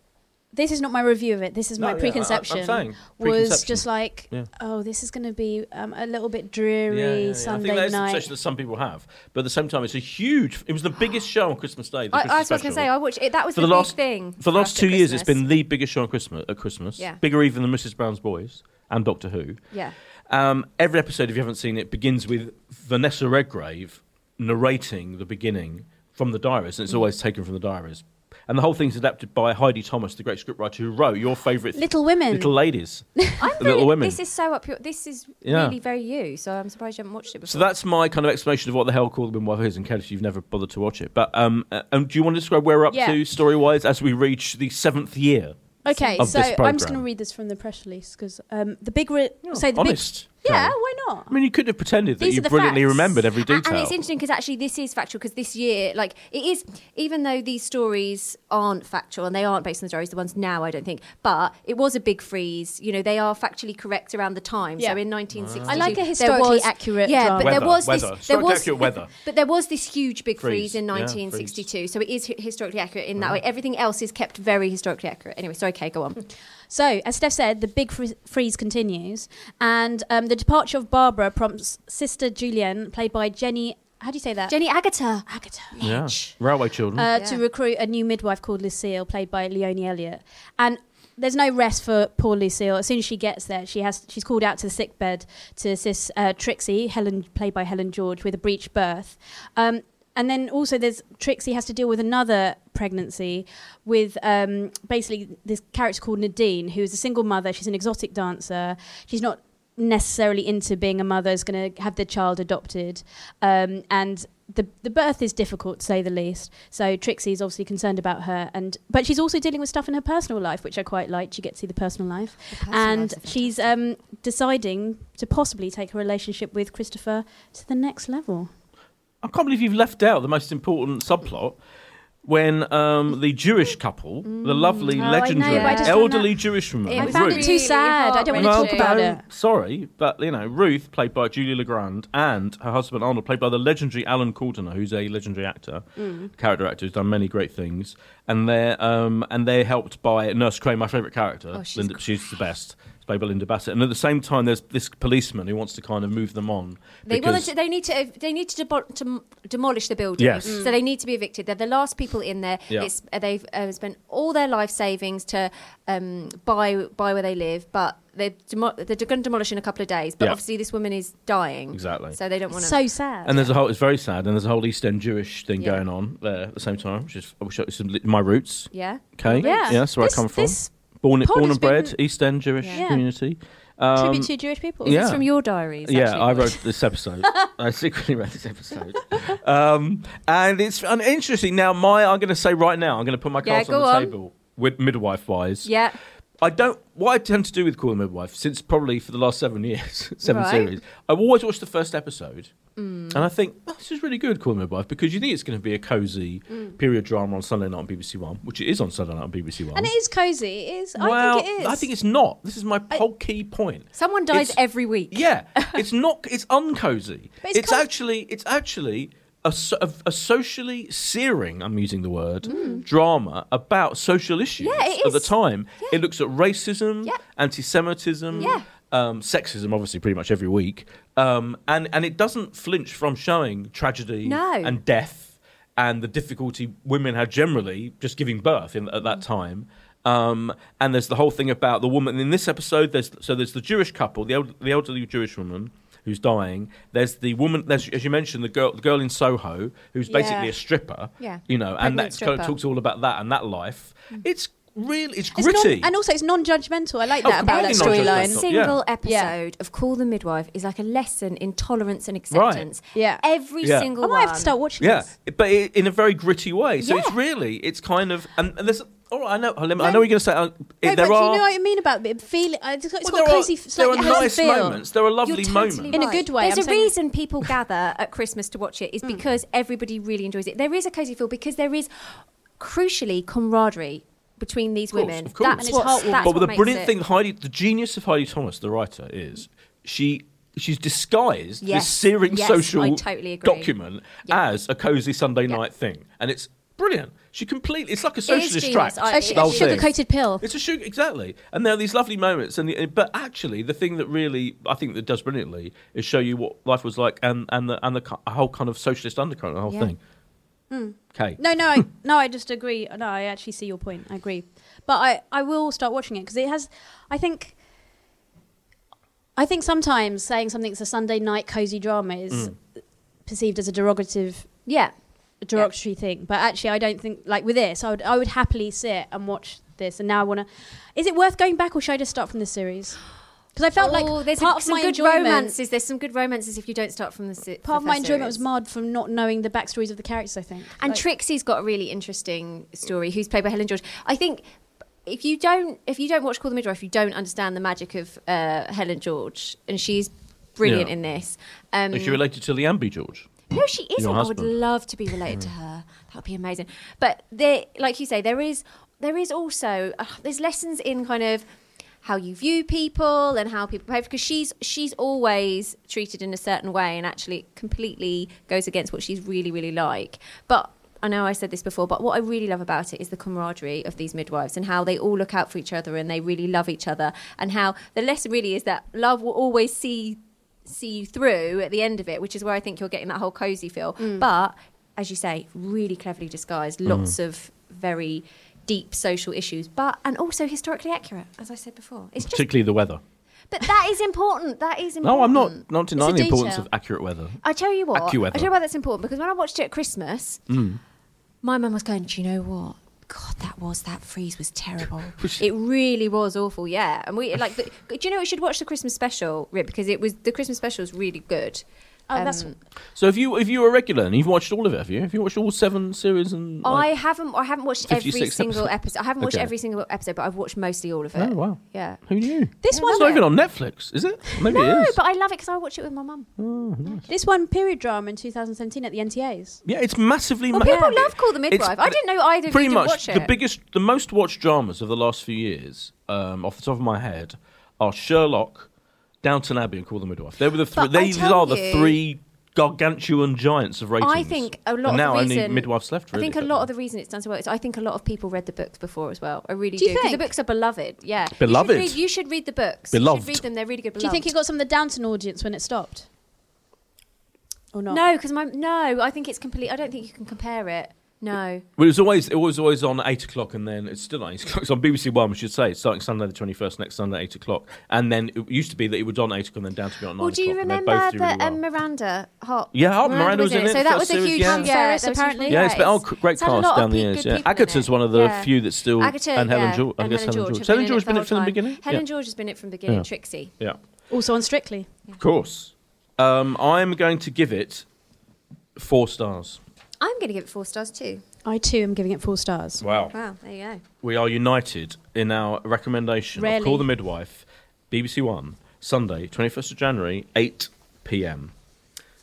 this is not my review of it. This is No, my yeah, I- I- I'm preconception. saying Was preconception. just like, Yeah. oh, this is going to be um, a little bit dreary Sunday I think that's the night. obsession that some people have, but at the same time, it's a huge. It was the biggest show on Christmas Day. The I, Christmas I was going to special. say I watched it. That was for the, the last big thing. for the last us at two years, it's Christmas. been the biggest show on Christmas. At Christmas, Yeah. bigger even than Mrs. Brown's Boys and Doctor Who. yeah. Um, every episode, if you haven't seen it, begins with Vanessa Redgrave narrating the beginning from the diaries, and Mm-hmm. it's always taken from the diaries. And the whole thing's adapted by Heidi Thomas, the great scriptwriter who wrote your favourite Little Women. Little Ladies, <laughs> I'm <laughs> Little really- Women. This is so up your. This is Yeah. really very you. So I'm surprised you haven't watched it before. So that's my kind of explanation of what the hell Call the Midwife is, in case you've never bothered to watch it. But um, uh, um, do you want to describe where we're up Yeah. to story wise as we reach the seventh year? okay, of so this I'm just going programme. to read this from the press release because um, the big re- Yeah, so the Oh, honest. Big, yeah, Karen. why not? I mean, you could have pretended that These you are the brilliantly facts. remembered every A- detail. And it's interesting because actually this is factual because this year, like it is, even though these stories aren't factual and they aren't based on the diaries, the ones now I don't think, but it was a big freeze. You know, they are factually correct around the time. Yeah. So in 1960, I like a historically accurate Yeah, drama. but there Weather, was weather. this, there Historically was accurate weather. but there was this huge big freeze, Freeze, in yeah, 1962. So it is hi- historically accurate in that way. Everything else is kept very historically accurate. Anyway, sorry, Kay, <laughs> go on. So, as Steph said, the big fr- freeze continues, and um, the departure of Barbara prompts sister Julian, played by Jenny. How do you say that? Jenny Agata. Agatha. yeah. Edge. Railway children. uh, Yeah. to recruit a new midwife called Lucille, played by Leonie Elliott. And there's no rest for poor Lucille. As soon as she gets there, she has she's called out to the sick bed to assist uh, Trixie, Helen, played by Helen George, with a breech birth. Um, and then also there's Trixie has to deal with another pregnancy with um, basically this character called Nadine, who is a single mother. She's an exotic dancer. She's not necessarily into being a mother is going to have their child adopted um, and the, the birth is difficult to say the least so trixie's obviously concerned about her and but she's also dealing with stuff in her personal life which i quite liked you get to see the personal life and she's um, deciding to possibly take her relationship with christopher to the next level I can't believe you've left out the most important subplot when um, the Jewish couple, the lovely, Oh, I know, legendary, but I just found elderly Jewish woman, It i was found Ruth. it too really sad i don't want to Well, talk about no, it Sorry, but you know, Ruth, played by Julia Legrand, and her husband Mm. Arnold, played by the legendary Alan Coulter, who's a legendary actor, character actor, who's done many great things. and they're um, and they're helped by Nurse Crane, my favourite character. Oh, she's Linda, she's the best. It's played by Linda Bassett, and at the same time, there's this policeman who wants to kind of move them on. They want because- to, they need to they need to, debo- to demolish the building. Yes. Mm. So they need to be evicted. They're the last people in there. Yeah. It's uh, they've uh, spent all their life savings to um, buy buy where they live, but they're demo- they're going to demolish in a couple of days. But Yeah. obviously, this woman is dying. Exactly. So they don't want to. So sad. And there's a whole. It's very sad, and there's a whole East End Jewish thing Yeah. going on there at the same time, which is which is my roots. yeah. Okay, yeah. that's where This- I come from. This born pod born has and bred, been- East End Jewish Yeah. community. tribute Um, to Jewish people. yeah. It's from your diaries. yeah, actually. I wrote this <laughs> episode. I secretly wrote this episode, um, and it's an interesting. Now, my I'm going to say right now, I'm going to put my Yeah, cards on go the on. table with midwife wise. Yeah. I don't. What I tend to do with Call the Midwife since probably for the last seven years, <laughs> seven Right. Mm. series, I've always watched the first episode, and I think "Oh, this is really good, Call the Midwife, because you think it's going to be a cosy Mm. period drama on Sunday night on BBC One, which it is on Sunday night on BBC One. And it is cozy. It is. well, I think it is. I think it's not. This is my whole key point. Someone dies It's- every week. Yeah, <laughs> it's not. It's uncozy. But It's, it's com- actually. It's actually a, so- a, a socially searing. I'm using the word drama about social issues Hmm. Yeah, it at the is. time. It looks at racism, Yeah. anti-Semitism, Yeah. um, sexism, obviously, pretty much every week. Um, and and it doesn't flinch from showing tragedy No. and death and the difficulty women had generally just giving birth in, at that time. Um, and there's the whole thing about the woman in this episode. There's so there's the Jewish couple, the eld- the elderly Jewish woman who's dying. There's the woman, there's, as you mentioned, the girl the girl in Soho who's basically Yeah. a stripper. Yeah. you know, Pregnant and that kind stripper. of talks all about that and that life. It's really it's It's non- gritty. and also, it's non-judgmental. I like Oh, that about that completely Every non-judgmental. storyline. Yeah. single episode Yeah. of Call the Midwife is like a lesson in tolerance and acceptance. Yeah. Every Yeah. single I one. might have to start watching Yeah, this. but i in a very gritty way. So it's Yeah. really, it's kind of, and, and there's. All right, I know. I know you're going to say uh, No, there but are. do you know what I mean about it? Feel it. It's got, it's well, got a there cozy, are, f- there slightly are cozy nice feel. moments. There are lovely You're moments. totally In a right. good way, There's I'm a saying- Mm. reason people gather at Christmas to watch <laughs> it is because everybody really enjoys it. There is a cozy feel because there is, crucially, camaraderie between these course, women. of course. And That's it's what. heartwarming. That's but what the makes brilliant it. thing, Heidi, the genius of Heidi Thomas, the writer, is she she's disguised Yes. this searing Yes, I social totally agree. document as a cozy Sunday night thing, and it's brilliant. She completely, it's like a socialist genius. tract. I- A, It's sh- the whole a Well, thing. sugar-coated pill. It's a sugar, exactly. And there are these lovely moments, and the, but actually, the thing that really I think that does brilliantly is show you what life was like, and and the and the ki- whole kind of socialist undercurrent, the whole Yeah. Hmm. thing. Okay. No, no, I, no. I just agree. No, I actually see your point. I agree, but I, I will start watching it because it has. I think. I think sometimes saying something's a Sunday night cozy drama is Mm. perceived as a derogative, Yeah. derogatory thing. But actually, I don't think like with this, I would, I would happily sit and watch this. And now I want to. Is it worth going back, or should I just start from this series? Because I felt Oh, like there's part a, of some my good enjoyment. romances. There's some good romances if you don't start from the si- Part of the my first enjoyment was series. marred from not knowing the backstories of the characters. I think. And Like- Trixie's got a really interesting story. Who's played by Helen George? I think if you don't if you don't watch Call the Midwife, you don't understand the magic of uh, Helen George, and she's brilliant Yeah. in this. Um, Is she related to Liambi George? no, she isn't. I would husband? love to be related to her. That would be amazing. But there, like you say, there is there is also uh, there's lessons in kind of how you view people and how people behave because she's she's always treated in a certain way and actually it completely goes against what she's really really like. But I know I said this before, but what I really love about it is the camaraderie of these midwives and how they all look out for each other and they really love each other and how the lesson really is that love will always see see you through at the end of it, which is where I think you're getting that whole cozy feel. Mm. But as you say, really cleverly disguised, Mm. lots of very deep social issues, but and also historically accurate, as I said before. It's just, Particularly the weather. but that is important. That is important. No, I'm Mm. not not denying the detail. importance of accurate weather. I tell you what, AccuWeather. I tell you why that's important because when I watched it at Christmas, Mm. my mum was going, "Do you know what? God, that was that freeze <laughs> was terrible. it really was awful. Yeah, and we like, the, do you know we should watch the Christmas special, Rip, because it was the Christmas special is really good. Um, Oh, that's- So if you if you were a regular and you've watched all of it, have you? Have you watched all seven series and I like, haven't. I haven't watched every 56 single episodes. episode. I haven't watched Okay. every single episode, but I've watched mostly all of it. Oh, wow. Yeah. who knew? This Yeah, one It's not even on Netflix, is it? Maybe No, it is. but I love it because I watch it with my mum. This one period drama in 2017 at the NTAs. yeah, it's massively. Well, ma- people love Call the It's- Midwife. I didn't know either of you pretty did much watch it. the biggest, the most watched dramas of the last few years, um, off the top of my head, are Sherlock, Downton Abbey, and Call the Midwife. They were the three. But I These tell are the you- three gargantuan giants of ratings. I think a lot And now of the only reason, midwives left. Really, I think a lot of the reason it's done so well is I think a lot of people read the books before as well. I really Do do you because the think? books are beloved. Yeah, Beloved. You should read, you should read the books. Beloved. You should read them. They're really good. Beloved. Do you think it got some of the Downton audience when it stopped? Or not? No, because my no. I think it's complete. I don't think you can compare it. No. Well, it was always it was always on eight o'clock, and then it's still on eight <laughs> o'clock. It's on BBC One, we should say, starting Sunday the twenty first, next Sunday eight o'clock, and then it used to be that it would on eight o'clock and then down to be on nine Well, do you o'clock, and they remember both that do really well. um, Miranda Hart? Yeah, Hart- Miranda was in it So that first was a series, huge yeah. yeah. And Ferris, that was apparently. huge yeah, it's been, oh, prize. cr- great It's had a cast lot of down the pe- years. good Yeah, people in Agatha's it. one of the Yeah. few that's still, Agatha, and Helen yeah, George. I and guess Helen Helen George George. have Helen been in George it been in the it from the whole time. beginning. Helen Yeah. George has been in it from the beginning. Yeah. Trixie. Yeah, Also on Strictly. of course. Um, I'm going to give it four stars. I'm going to give it four stars too. I too am giving it four stars. Wow. Wow, there you go. we are united in our recommendation of Really? Call the Midwife, BBC One, Sunday, 21st of January, 8 pm.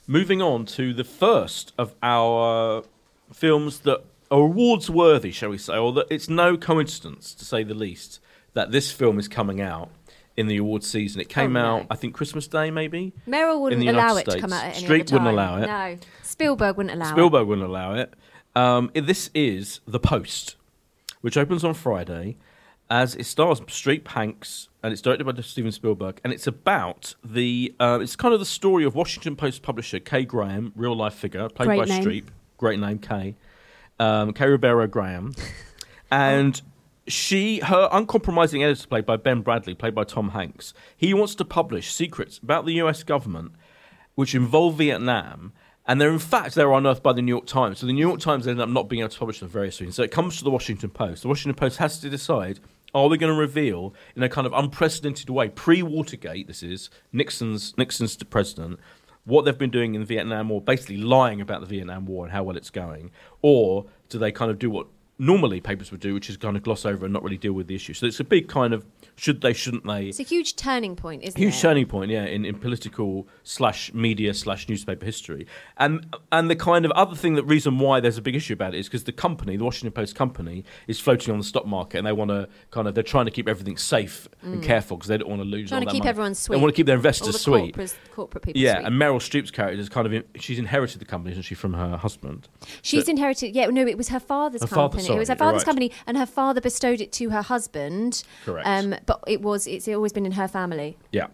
Moving on to the first of our films that are awards worthy, shall we say, or that it's no coincidence, to say the least, that this film is coming out in the awards season. It came Oh, no. out, I think, Christmas Day, maybe? Merrill wouldn't United allow it States. to come out at any Streep other time. wouldn't allow it. No, Spielberg wouldn't allow it. Spielberg wouldn't allow it. Um, i- this is The Post, which opens on Friday, as it stars Streep Hanks and it's directed by Steven Spielberg, and it's about the uh, it's kind of the story of Washington Post publisher Kay Graham, real life figure played Great by name. Streep, great name Kay, um, Kay Ribeiro <laughs> Graham, Oh. and. She, her uncompromising editor, played by Ben Bradley, played by Tom Hanks. He wants to publish secrets about the U.S. government, which involve Vietnam, and they're in fact they're unearthed by the New York Times. So the New York Times ended up not being able to publish them very soon. So it comes to the Washington Post. The Washington Post has to decide: Are we going to reveal in a kind of unprecedented way, pre-Watergate? This is Nixon's Nixon's the president. What they've been doing in the Vietnam War, basically lying about the Vietnam War and how well it's going, or do they kind of do what normally papers would do, which is kind of gloss over and not really deal with the issue? So it's a big kind of should they, shouldn't they? It's a huge turning point, isn't huge it? turning point, yeah, in, in political slash media slash newspaper history. And and the kind of other thing that reason why there's a big issue about it is because the company, the Washington Post company, is floating on the stock market, and they want to kind of they're trying to keep everything safe and careful because they don't want to lose. Mm. Trying all to that keep money. They everyone want sweet. to keep their All the investors sweet. corporate, corporate people. Yeah, sweet. and Meryl Streep's character is kind of in, she's inherited the company, isn't she, from her husband? She's But- inherited. Yeah, no, it was her father's Her father- company. sorry, it was her you're father's right. company, and her father bestowed it to her husband. Correct. Um, but it was it's always been in her family. Yeah.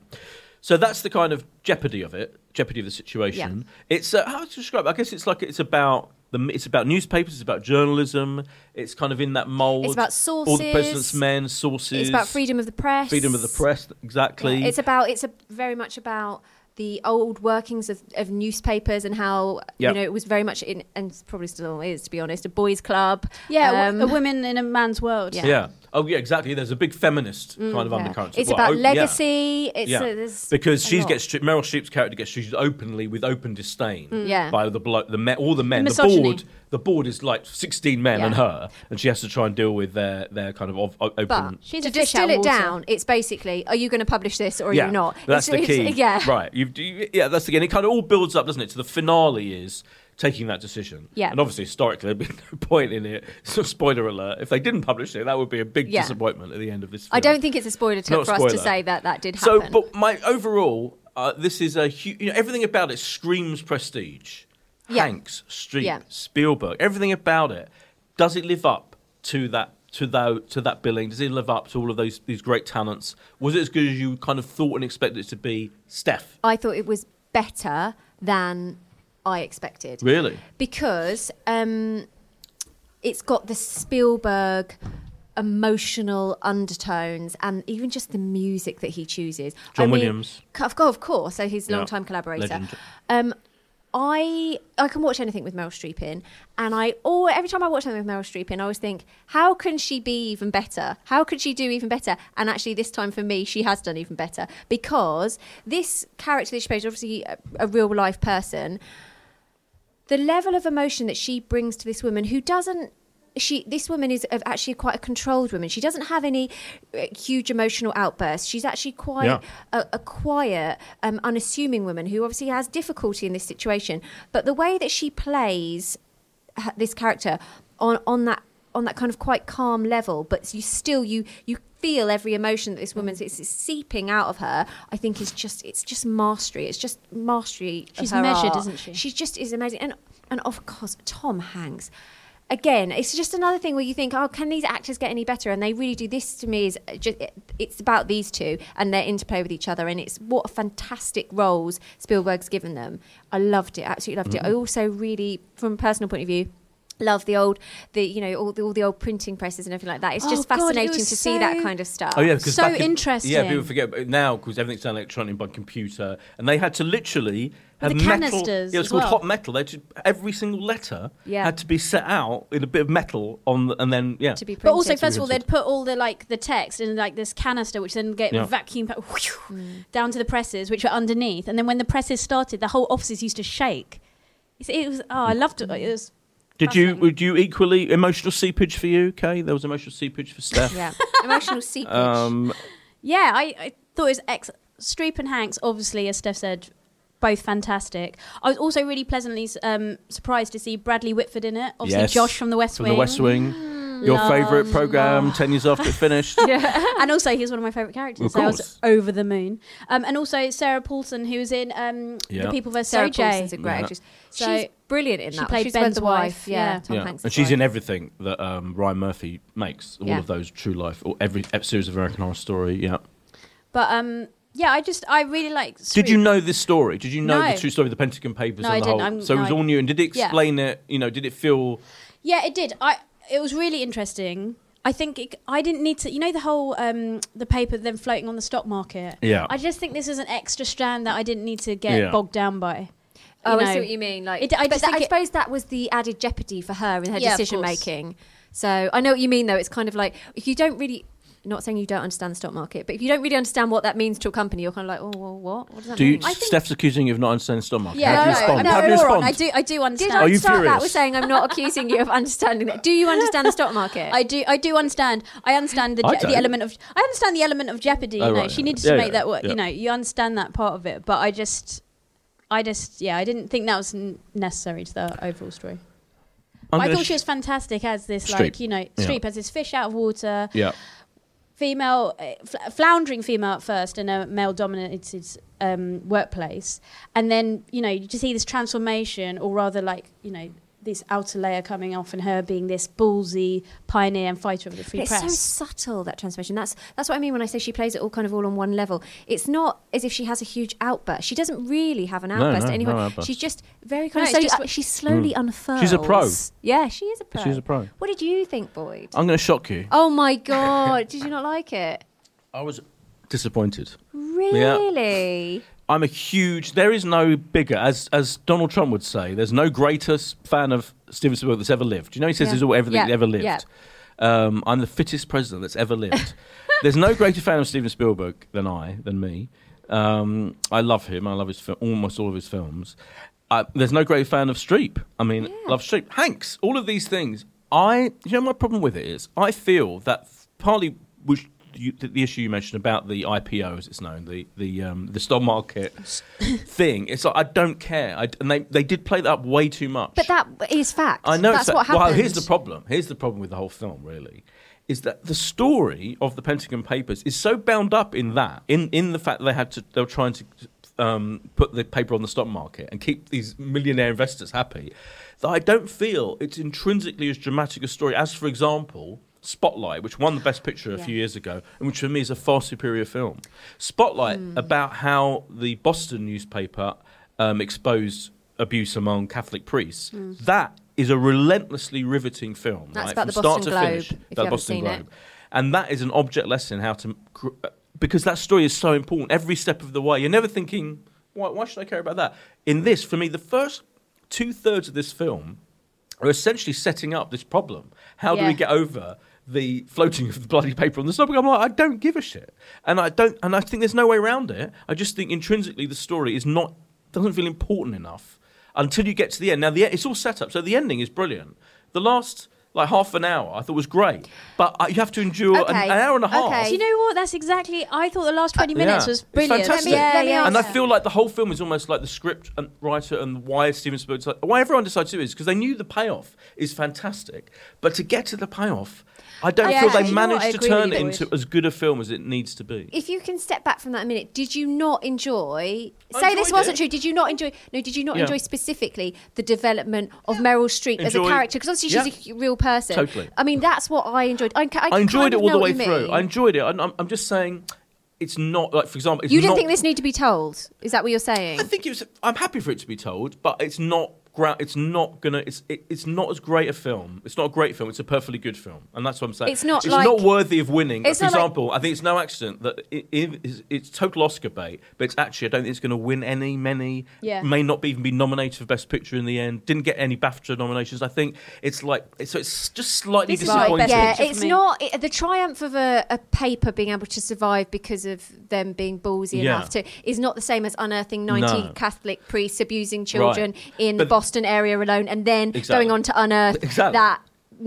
So that's the kind of jeopardy of it, jeopardy of the situation. It's uh, how to describe. It? I guess it's like it's about the. It's about newspapers. It's about journalism. It's kind of in that mold. It's about All the sources. president's men, sources. It's about freedom of the press. freedom of the press. Yeah, Exactly. it's about it's a, very much about the old workings of, of newspapers and how Yeah. you know it was very much in and probably still is to be honest a boys' club. Yeah, a Um, wo- a woman in a man's world. Yeah. Mm, yeah. Oh yeah, exactly. There's a big feminist kind of yeah. undercurrent. It's Well, about oh, yeah. legacy. It's Yeah. uh, there's because a she lot. gets treated, Meryl Streep's character gets treated openly with open disdain Mm. Yeah. by the blo- the men, all the men. The The, misogyny. board, the board is like sixteen men Yeah. and her, and she has to try and deal with their their kind of ov- o- open. But She's to a fish out distill of it water. down, it's basically: Are you going to publish this or are you not? That's It's- the key. it's- <laughs> Yeah, Right. You've, you, yeah, that's the key. And it kind of all builds up, doesn't it? To the finale is taking that decision. Yeah. And obviously, historically, there'd be no point in it. <laughs> So, spoiler alert, if they didn't publish it, that would be a big Yeah. disappointment at the end of this film. I don't think it's a spoiler to, Not a for us to spoiler. say that that did So, happen. but my overall, uh, this is a huge. You know, everything about it screams prestige. Yeah. Hanks, Streep, Yeah. Spielberg, everything about it. Does it live up to that? To tho- to that billing, does it live up to all of those these great talents? Was it as good as you kind of thought and expected it to be, Steph? I thought it was better than I expected Really? because um, it's got the Spielberg emotional undertones and even just the music that he chooses. John mean, Williams. c- Of course, of course. So he's a Yeah. long-time collaborator. Legend. Um, I I can watch anything with Meryl Streep in, and I or every time I watch something with Meryl Streep in, I always think, how can she be even better? How could she do even better? And actually, this time for me, she has done even better because this character that she plays, obviously a, a real life person, the level of emotion that she brings to this woman who doesn't she this woman is of- actually quite a controlled woman she doesn't have any uh, huge emotional outbursts she's actually quite Yeah. a, a quiet um, unassuming woman who obviously has difficulty in this situation but the way that she plays h- this character on on that on that kind of quite calm level, but you still you you feel every emotion that this woman's it's, it's seeping out of her. I think is just it's just mastery. It's just mastery. of She's her measured, art. isn't she? She just is amazing, and and of course Tom Hanks. Again, it's just another thing where you think, oh, can these actors get any better? And they really do. This to me is just, it's about these two and their interplay with each other. And it's what fantastic roles Spielberg's given them. I loved it, absolutely loved Mm-hmm. it. I also really, from a personal point of view, love the old the you know all the all the old printing presses and everything like that. It's Oh, just God, it fascinating to was see that so- kind of stuff. Oh yeah, because So back in- Yeah, interesting. people forget but now because everything's done electronic by computer, and they had to literally have the metal. Yeah, canisters it was as called well. hot metal. They had to, every single letter Yeah. had to be set out in a bit of metal on, the, and then yeah, To be But also, printed. first of all, they'd put all the like the text in like this canister, which then get Yeah. vacuum pa- whew, down to the presses, which were underneath. And then when the presses started, the whole offices used to shake. It's- It was oh, I loved it. It was Did you fascinating. would you equally emotional seepage for you? Kay? there was emotional seepage for Steph. yeah, <laughs> emotional seepage. Um, yeah, I, I thought it was ex. Streep and Hanks, obviously, as Steph said, both fantastic. I was also really pleasantly um, surprised to see Bradley Whitford in it. Obviously, Yes, Josh from The West from Wing. the West <laughs> Wing, your Love- favourite program, ten years after it finished. and also he's one of my favorite characters. Of so I course. was over the moon. Um, and also Sarah Paulson, who was in um, Yeah. The People vs. Sarah Sarah Paulson's a great Yeah. actress. She's So- brilliant in She that. played She's Ben's the wife, Yeah, yeah. Tom yeah. Hanks. and she's in everything that um, Ryan Murphy makes. All Yeah. of those True Life or every ep- series of American Horror Story. Yeah. But um, yeah, I just I really like. Did you know this story? Did you know No. the true story of the Pentagon Papers? No, and I the didn't. Whole, I'm- so it no, was I- all new. And did it Yeah. explain it? You know, did it feel? Yeah, it did. I it was really interesting. I think it, I didn't need to. You know the whole um, the paper then floating on the stock market. Yeah. I just think this is an extra strand that I didn't need to get Yeah. bogged down by. You Oh, I see know. what you mean. Like, It- I but just that- think I it- suppose that was the added jeopardy for her in her Yeah, of decision course. making. So I know what you mean, though. It's kind of like if you don't really. Not saying you don't understand the stock market, but if you don't really understand what that means to a company, you're kind of like, oh, well, what? What does that Do you, mean? Steph's accusing you of not understanding stock market. Yeah, How do you no, respond? no, How do you you're all respond? right. I do I do Did understand. I Are you start that furious? with saying I'm not accusing you of <laughs> understanding that? Do you understand the stock market? I do. I do understand. I understand the I je- don't. the element of. I understand the element of jeopardy. Oh, you know, right, she yeah. needs Yeah, to yeah, make that work. yeah. You know, you understand that part of it. But I just, I just, yeah, I didn't think that was n- necessary to the overall story. I'm But I gonna thought she sh- was fantastic as this, Streep. like you know, Yeah. Streep as this fish out of water, Yeah. female, uh, fl- floundering female at first in a male-dominated um, workplace, and then you know you just see this transformation, or rather, like you know. This outer layer coming off, and her being this ballsy pioneer and fighter of the free it's press. so subtle that transformation. That's that's what I mean when I say she plays it all kind of all on one level. It's not as if she has a huge outburst. She doesn't really have an No, outburst no, at any point. no outburst. Mm. She's just very No, kind of it's slowly, just uh, what- she slowly unfurls. She's a pro. Yeah, she is a pro. She's a Uh, pro. What did you think, Boyd? I'm going to shock you. <laughs> Oh my god, did you not like it? I was disappointed. Really? I'm a huge. There is no bigger, as as Donald Trump would say. There's no greatest fan of Steven Spielberg that's ever lived. You know, he says Yeah. he's all everything Yeah. that ever lived. Yeah. Um, I'm the fittest president that's ever <laughs> lived. there's no greater fan of Steven Spielberg than I, than me. Um, I love him. I love his fil- almost all of his films. Uh, there's no greater fan of Streep. I mean, love Streep, Hanks, all of these things. I, you know, my problem with it is I feel that partly which you, the, the issue you mentioned about the IPO, as it's known, the the um, the stock <coughs> market thing. It's like I don't care, I, and they they did play that up way too much. But that is fact. I know. That's so- what happened. Well, here's the problem. Here's the problem with the whole film, really, is that the story of the Pentagon Papers is so bound up in that, in in the fact that they had to, they were trying to um, put the paper on the stock market and keep these millionaire investors happy, that I don't feel it's intrinsically as dramatic a story as, for example. Spotlight, which won the Best Picture a few years ago, and which for me is a far superior film. Spotlight, Hmm. about how the Boston newspaper um, exposed abuse among Catholic priests. That is a relentlessly riveting film. Hmm. That's right, about from the start Boston to Globe, finish, if you about the haven't Boston seen it. Globe, and that is an object lesson how to cr- uh, because that story is so important every step of the way. You're never thinking, why, why should I care about that? In this, for me, the first two thirds of this film are essentially setting up this problem. How do Yeah. we get over? The floating of the bloody paper on the subway. I'm like, I don't give a shit, and I don't, and I think there's no way around it. I just think intrinsically the story is not doesn't feel important enough until you get to the end. Now the it's all set up, so the ending is brilliant. The last like half an hour. I thought was great, but uh, you have to endure an, Okay. an hour and a half. Okay. Do you know what? That's exactly. I thought the last twenty Uh, minutes Yeah. was It's brilliant. fantastic. Yeah, Let me yeah. ask And I Yeah. feel like the whole film is almost like the script and writer and why Steven Spielberg decided, why everyone decided to do it is because they knew the payoff is fantastic, but to get to the payoff, I don't Yeah, feel you they know what? I managed to agree turn with it you, into Boyd. as good a film as it needs to be. If you can step back from that a minute, did you not enjoy? I say this enjoyed wasn't it. true. Did you not enjoy? No, did you not Yeah. enjoy specifically the development of Meryl Streep as a Enjoy- character? Because obviously she's a real person. Totally. I mean, that's what I enjoyed. I, ca- I I enjoyed kind it of all know the what way you through. mean. I enjoyed it. I'm, I'm, I'm just saying, it's not like for example, it's you didn't not- think this needed to be told? Is that what you're saying? I think it was. I'm happy for it to be told, but it's not. gra- It's not gonna. It's it, it's not as great a film. It's not a great film. It's a perfectly good film, and that's what I'm saying. It's not It's like- not worthy of winning. It's For not like- example, I think it's no accident that it, it is, it's total Oscar bait, but it's actually I don't think it's going to win any. Many Yeah. may not be, even be nominated for Best Picture in the end. Didn't get any BAFTA nominations. I think it's like so. It's just slightly This is like disappointing. Best Yeah, picture for it's me. not it, the triumph of a, a paper being able to survive because of them being ballsy Yeah. enough to is not the same as unearthing 90 No. Catholic priests abusing children in the But- Boston area alone and then Exactly. going on to unearth Exactly. that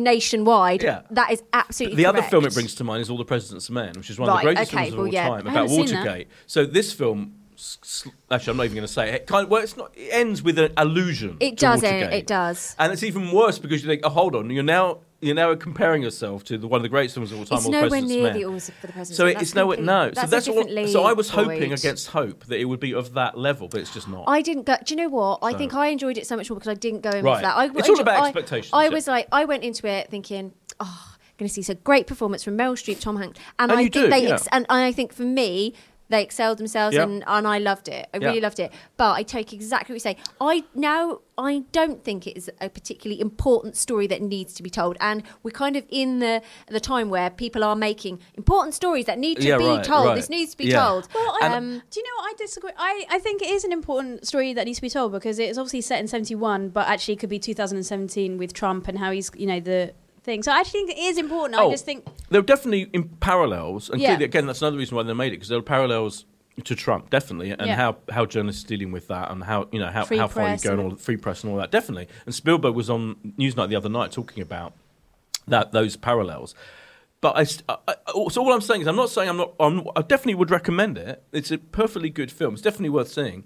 nationwide. Yeah. That is absolutely the other correct. film it brings to mind is All the President's Men, which is one of Right, the greatest okay, films of well, all yeah. time I about haven't seen that. Watergate. So this film, s- s- actually, I'm not even going to say it. it kind of, well, it's not. It ends with an allusion. It to does, Aaron, Watergate. it does. And it's even worse because you think, oh, hold on, you're now you're now comparing yourself to the, one of the greatest films of all time. It's All the nowhere President's near Men. the Oars for the President's So Men. it, That's it's nowhere complete- no. that's so a that's different all, league, So I was hoping Boyd. against hope that it would be of that level, but it's just not. I didn't go. Do you know what? I So- think I enjoyed it so much more because I didn't go in Right. with that. I, It's all I enjoy- about I- expectations, I yeah. was like, I went into it thinking, oh, going to see so great performance from Meryl Streep, Tom Hanks, and, And I you think do, they yeah. ex- and I think for me. They excelled themselves, Yeah. and, and I loved it. I Yeah. really loved it. But I take exactly what you say. I now I don't think it is a particularly important story that needs to be told, and we're kind of in the the time where people are making important stories that need to Yeah, be right, told. right. This needs to be Yeah. told. Well, I, Um, do you know what? I disagree. I, I think it is an important story that needs to be told because it's obviously set in 71, but actually could be 2017 with Trump and how he's, you know, the thing. So I actually think it is important. I Oh. just think, There are definitely in parallels, and Yeah. clearly, again, that's another reason why they made it because there were parallels to Trump, definitely, and Yeah. how, how journalists are dealing with that, and how you know how, Free how far you press go and and- all the free press and all that, definitely. And Spielberg was on Newsnight the other night talking about that those parallels. But I, st- I, I- so all I'm saying is I'm not saying I'm not I'm, I definitely would recommend it. It's a perfectly good film. It's definitely worth seeing.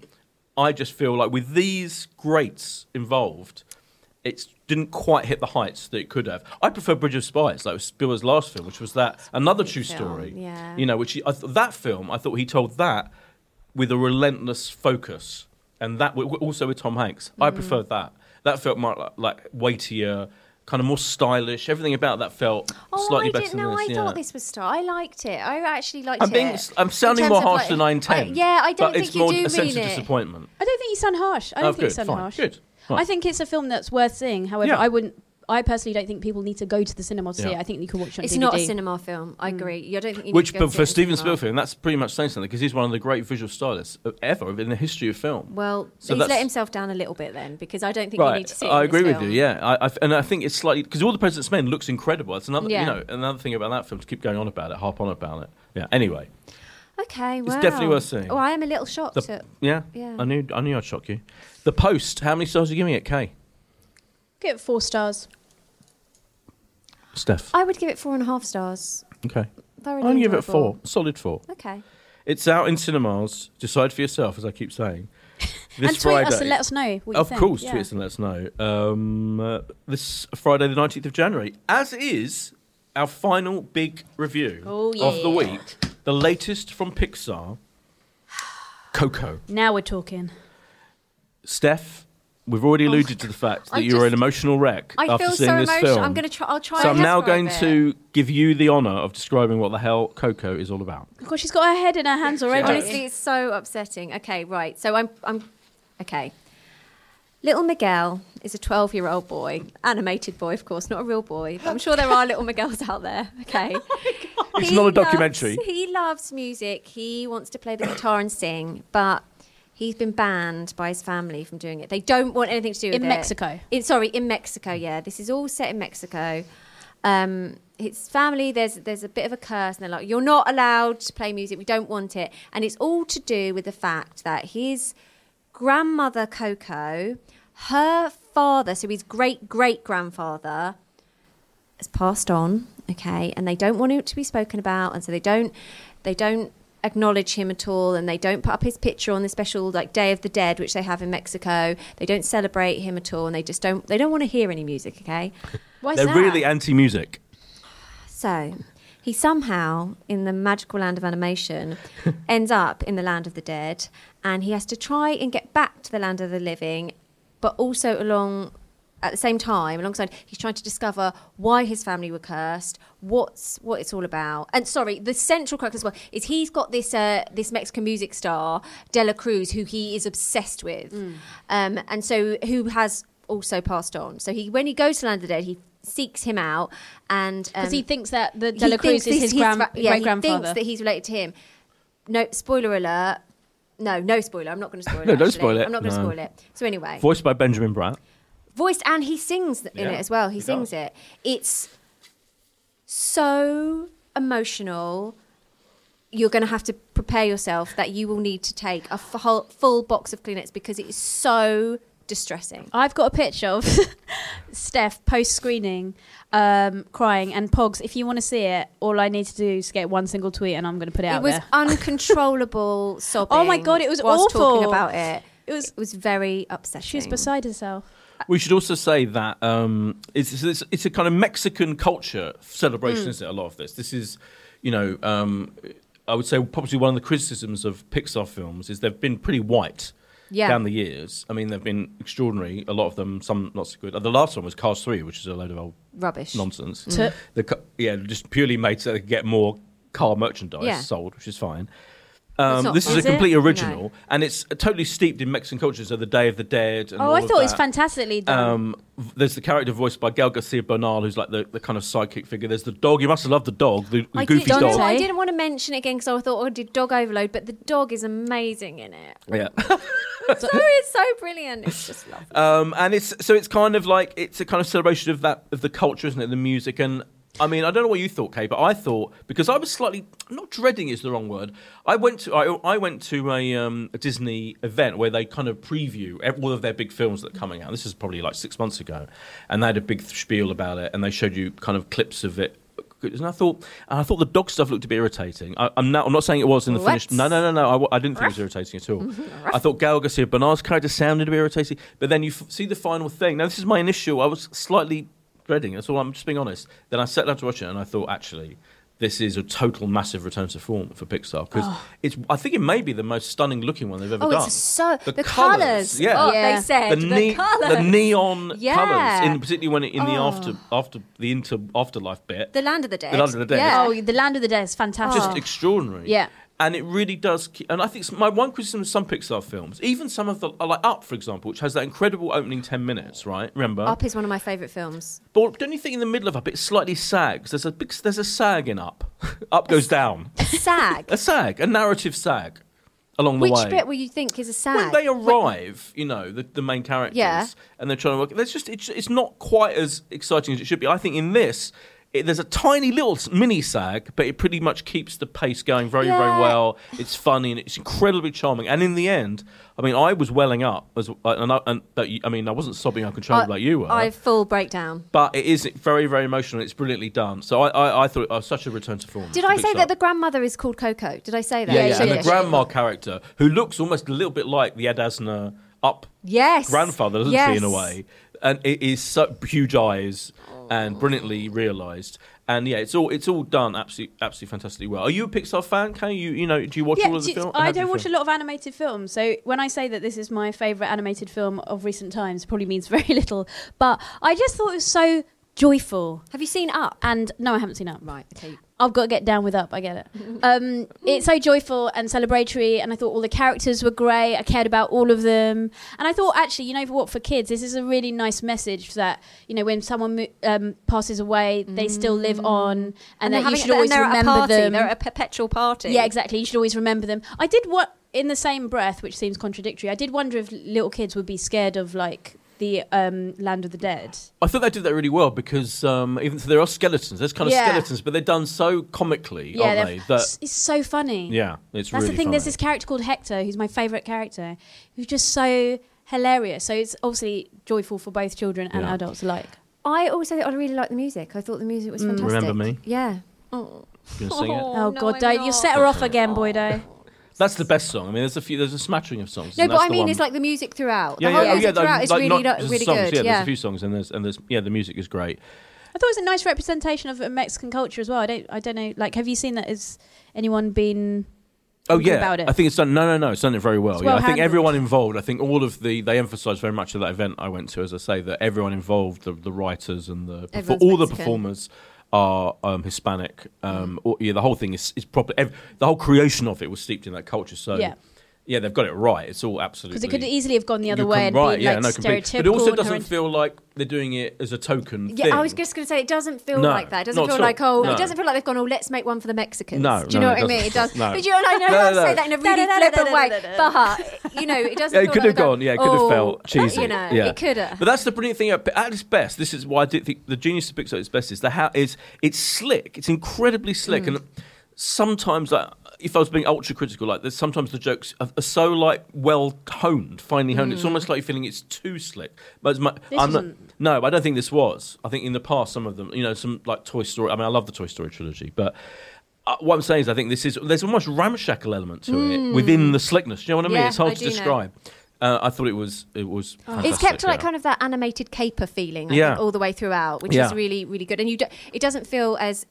I just feel like with these greats involved, it didn't quite hit the heights that it could have. I prefer Bridge of Spies, like Spielberg's last film, which was that another great true film, story. yeah. You know, which he, I th- that film I thought he told that with a relentless focus, and that w- w- also with Tom Hanks. Mm. I preferred that. That felt more like, like weightier, kind of more stylish. Everything about that felt slightly Oh, I better didn't than know. this. I yeah. thought this was star. I liked it. I actually liked I'm it. being, I'm In sounding terms more of, harsh like- than I intend. I- yeah, I don't but think it's you more do a sense mean of it. disappointment. I don't think you sound harsh. I Oh, don't think good, you sound fine, harsh. good, fine. I think it's a film that's worth seeing. However, Yeah. I wouldn't. I personally don't think people need to go to the cinema to see Yeah. it. I think you Mm. can watch it on It's DVD. not a cinema film. I agree. I don't think you need Which, to go but and see for it in Steven cinema. Spielberg, that's pretty much saying something because he's one of the great visual stylists of- ever in the history of film. Well, So he's let that's- himself down a little bit then, because I don't think you need to see. It I in agree this with film. you. Yeah, I, I, and I think it's slightly because all the President's Men looks incredible. That's another, Yeah. you know, another thing about that film to keep going on about it, harp on about it. Yeah. Anyway, Okay. Well, definitely worth seeing. Oh, I am a little shocked. the, at- yeah, yeah. I knew, I knew I'd shock you. The Post. How many stars are you giving it, Kay? Give it four stars. Steph. I would give it four and a half stars. okay. Thoroughly I'll give it enjoyable. four. Solid four. Okay. It's out in cinemas. Decide for yourself, as I keep <laughs> saying. This and tweet Friday. us and let us know what you of think. course, Yeah. tweet us and let us know. Um, uh, this Friday, the 19th of January, as is our final big review Oh, of the yeah. week, the latest from Pixar, Coco. Now we're talking. Steph, we've already Oh my alluded to the fact that I'm you're an just- emotional wreck I after feel seeing so this emotional. film. I'm going to try. I'll try. so and I'm now describe going it. to give you the honour of describing what the hell Coco is all about. Of course, she's got her head in her hands already. Honestly, it's so upsetting. Okay, right. So I'm, I'm, okay. Little Miguel is a 12 year old boy, animated boy, of course, not a real boy. But I'm sure there are little Miguels <laughs> out there. Okay. Oh It's He not a loves- documentary. he loves music. He wants to play the guitar and sing, but he's been banned by his family from doing it. They don't want anything to do with In it. Mexico. In, sorry, in Mexico. Yeah, this is all set in Mexico. Um, his family, there's there's a bit of a curse, and they're like, "You're not allowed to play music. We don't want it." And it's all to do with the fact that his grandmother Coco, her father, so his great great grandfather, has passed on, okay, and they don't want it to be spoken about, and so they don't they don't acknowledge him at all, and they don't put up his picture on the special like Day of the Dead, which they have in Mexico. They don't celebrate him at all, and they just don't they don't want to hear any music, okay. Why is They're that? really anti music. So he somehow, in the magical land of <laughs> animation, ends up in the land of the dead, and he has to try and get back to the land of the living, but also along at the same time, alongside he's trying to discover why his family were cursed, what's what it's all about. And sorry, the central crux as well is he's got this uh, this Mexican music star Dela Cruz, who he is obsessed with, Mm. um, and so who has also passed on. So he when he goes to land of the dead, he seeks him out and Because um, he thinks that the he Dela thinks Cruz is this- his grand, fra- yeah, great He thinks grandfather. that he's related to him. No, spoiler alert. No, no spoiler. I'm not going to spoil <laughs> it. No, don't actually. spoil it. I'm not going to No. spoil it. So anyway, Voiced by Benjamin Bratt. voiced and he sings in Yeah, it as well. He, he sings does. it. It's so emotional. You're going to have to prepare yourself that you will need to take a f- whole, full box of Kleenex because it is so distressing. I've got a picture of <laughs> Steph post screening um, crying and Pogs. If you want to see it, all I need to do is get one single tweet and I'm going to put it, It out was there. uncontrollable <laughs> sobbing. Oh my God, it was whilst talking awful. about it. It was. It was very upsetting. She was beside herself. We should also say that um, it's, it's, it's a kind of Mexican culture celebration, Mm. isn't it? A lot of this. This is, you know, um, I would say probably one of the criticisms of Pixar films is they've been pretty white Yeah. down the years. I mean, they've been extraordinary. A lot of them, some not so good. Uh, The last one was Cars 3, which is a load of old rubbish. Mm. nonsense. Took- The ca- yeah, just purely made so they could get more car merchandise Yeah. sold, which is fine. That's Um, not this fine. is Is a it? complete No. original, and it's totally steeped in Mexican culture. So the Day of the Dead. And Oh, all I of thought it was that. fantastically done. Um, v- there's the character voiced by Gal Garcia Bernal, who's like the, the kind of sidekick figure. There's the dog. You must have loved the dog, the, the I goofy did, Dante. dog. No, I didn't want to mention it again because I thought, oh, I did dog overload, but the dog is amazing <laughs> in it. Yeah. So it's so brilliant. It's just lovely. Um, and it's so it's kind of like it's a kind of celebration of that of the culture, isn't it? The music and I mean, I don't know what you thought, Kay, but I thought because I was slightly not dreading is the wrong word. I went to I, I went to a, um, a Disney event where they kind of preview ev- all of their big films that are coming out. This is probably like six months ago, and they had a big spiel about it, and they showed you kind of clips of it. And I thought, and I thought the dog stuff looked a bit irritating. I, I'm not, I'm not saying it was in the What? finished. No, no, no, no. I w- I, didn't <laughs> think it was irritating at all. I thought Gal Garcia Bernard's character sounded a bit irritating, but then you f- see the final thing. Now, this is my initial. I was slightly dreading. That's all. I'm just being honest. Then I sat down to watch it, and I thought, actually, this is a total massive return to form for Pixar because it's. I think it may be the most stunning looking one they've ever oh, done. it's so the, colours, colours. yeah. Oh, Yeah. they said the, The, ne- colours. the neon Yeah. colours, in particularly when it, in the Oh. after after the inter afterlife bit, The land of the dead. The Land of the Dead. Yeah. Oh, the Land of the Dead is fantastic. Oh. just extraordinary. Yeah. And it really does. Keep, and I think s- my one criticism of some Pixar films, even some of the uh, like Up, for example, which has that incredible opening ten minutes, right? Remember? Up is one of my favourite films. But don't you think in the middle of Up it's slightly sags? There's a big, s- there's a sag in Up. <laughs> up goes down. <laughs> Sag. A sag, a narrative sag, along the Which way. bit will you think is a sag? when they arrive, you know, the, the main characters, Yeah. and they're trying to work. There's just it's, it's not quite as exciting as it should be. I think in this, it, there's a tiny little s- mini sag, but it pretty much keeps the pace going very very Yeah. well. It's funny and it's incredibly charming. And in the end, I mean, I was welling up as uh, and I, and but you- I mean, I wasn't sobbing uncontrollably like you were. I full breakdown. but it is very, very emotional. It's brilliantly done. So I, I, I thought it was such a return to form. Did for I say Pixar. that the grandmother is called Coco? Did I say that? Yeah, yeah, Yeah, and yeah, the yeah. grandma character who looks almost a little bit like the Ad Asner up Yes. grandfather, doesn't yes. she, in a way? And it is so huge eyes Oh. and brilliantly realised. And yeah, it's all it's all done absolutely absolutely fantastically well. Are you a Pixar fan? Can you you know do you watch yeah, all of the do- films? I don't watch a lot of animated films, so when I say that this is my favourite animated film of recent times, it probably means <laughs> very little. But I just thought it was so joyful. Have you seen Up? And no, I haven't seen that. Right. Okay. I've got to get down with up. I <laughs> get it. Um, it's so joyful and celebratory, and I thought all the characters were great. I cared about all of them, and I thought actually, you know, for what for kids, this is a really nice message that you know when someone mo- um, passes away, they still live on, and, Mm. they're that you having- should always they're at a remember party. them. They're at a perpetual party. Yeah, exactly. You should always remember them. I did what in the same breath, which seems contradictory. I did wonder if little kids would be scared of like the um, Land of the Dead. I thought they did that really well because um, even so there are skeletons. There's kind of Yeah. skeletons, but they're done so comically, they're- aren't they? That it's, it's so funny. yeah, it's That's really the thing. funny. There's this character called Hector, who's my favourite character, who's just so hilarious. So it's obviously joyful for both children and Yeah. adults alike. I also I really liked the music. I thought the music was Mm. fantastic. Remember Me? Yeah. Oh, You gonna sing it? Oh, no, God, I'm Dave, you not. set her off Oh. again, Boydo. That's the best song. I mean, there's a few. There's a smattering of songs. No, and but that's I the mean, one. it's like the music throughout. yeah, the whole yeah, oh, music yeah. throughout like, is like really, not not, just really songs. good. Yeah, Yeah. there's a few songs and there's and there's yeah, the music is great. I thought it was a nice representation of Mexican culture as well. I don't, I don't know. Like, have you seen that? Has anyone been? Oh thinking yeah, about it. I think it's done. No, no, no, it's done it very well. It's yeah, well I think handled. everyone involved. I think all of the they emphasised very much at that event I went to, as I say, that everyone involved, the, the writers and the Everyone's all the Mexican. performers are um, Hispanic. Mm-hmm. Um, or, yeah, the whole thing is is proper. Ev- the whole creation of it was steeped in that culture. So Yeah. yeah, they've got it right. It's all absolutely Because it could easily have gone the other you way can and write, been yeah, like no, stereotypical. completely. But it also and doesn't horrendous. feel like they're doing it as a token. Yeah, thing. I was just going to say it doesn't feel No, like that. It doesn't not feel at like all. oh, No. it doesn't feel like they've gone. Oh, let's make one for the Mexicans. No, do you no, know it what I mean? It does. doesn't. <laughs> No. But you know, I know No, I no, no. say that in a really <laughs> flippant way, but you know, it doesn't. Yeah, it feel could like have gone. Yeah, it could have oh, felt cheesy. You know, yeah. it could have. But that's the brilliant thing. At at its best, this is why I did think the genius of Pixar at its best is the how is it's slick. It's incredibly slick, Mm. and sometimes like. If I was being ultra critical, like there's sometimes the jokes are, are so like well honed, finely honed. Mm. It's almost like you're feeling it's too slick. But it's my, This I'm not, isn't- no, I don't think this was. I think in the past, some of them, you know, some like Toy Story. I mean, I love the Toy Story trilogy, but uh, what I'm saying is, I think this is there's almost ramshackle element to it within the slickness. Do you know what I mean? Mm. Yeah, it's hard I to do know. describe. Uh, I thought it was it was. It's kept like kind of that animated caper feeling I Yeah. think, all the way throughout, which Yeah. is really really good. And you, do, it doesn't feel as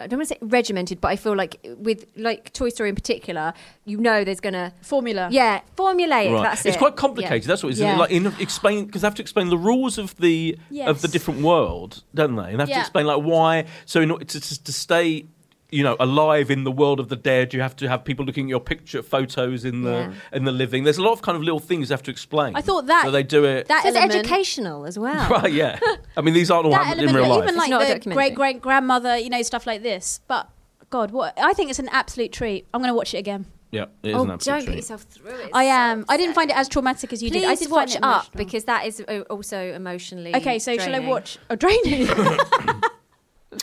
I don't want to say regimented, but I feel like with like Toy Story in particular, you know, there's gonna formula. yeah formulaic. That's it's it. quite complicated. That's what it is. Yeah. Like in, explain because they have to explain the rules of the of the Yes. different world, don't they? And they have to Yeah. explain like why. So in order to, to, to stay, you know, alive in the world of the dead, you have to have people looking at your picture photos in the Yeah. in the living. There's a lot of kind of little things they have to explain. I thought that- so they do it. <laughs> That So it's element- educational as well. right, <laughs> yeah. I mean, these aren't all that happening in real but life. even It's not a like the documentary. great great grandmother, you know, stuff like this. But God, what I think it's an absolute treat. I'm going to watch it again. yeah, it is Oh, an don't absolute put treat. yourself through it. I am. I didn't find it as traumatic as you Please did. I did find watch it up emotional. because that is uh, also emotionally. okay. So shall I draining. watch? Oh, draining. <laughs> <laughs>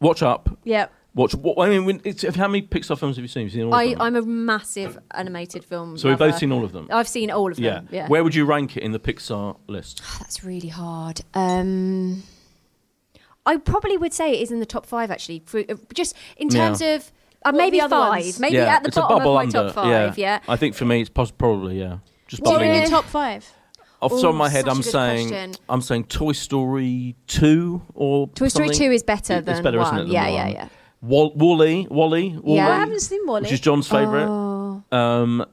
Watch up. yeah. Watch. What, I mean, when- it's, how many Pixar films have you seen? Have you seen all of I, them? I'm a massive animated film. so we've lover. both seen all of them. I've seen all of yeah. them. Yeah. Where would you rank it in the Pixar list? Oh, that's really hard. Um, I probably would say it is in the top five actually. For, uh, just in Yeah. terms of uh, What are maybe the other five, ones? maybe yeah, at the it's bottom a of bubble my under. top five. Yeah. I think for me, it's pos- probably yeah. Just What are bubbling in in. your top five? Off the top of Ooh, my head, such a I'm good saying question. I'm saying Toy Story two or Toy Story something. two is better It's than better, one. isn't it, than yeah, yeah, one? yeah. Wall- Wally, Wally, Wally, Yeah. I haven't seen Wally. which is John's favorite. Oh, Um,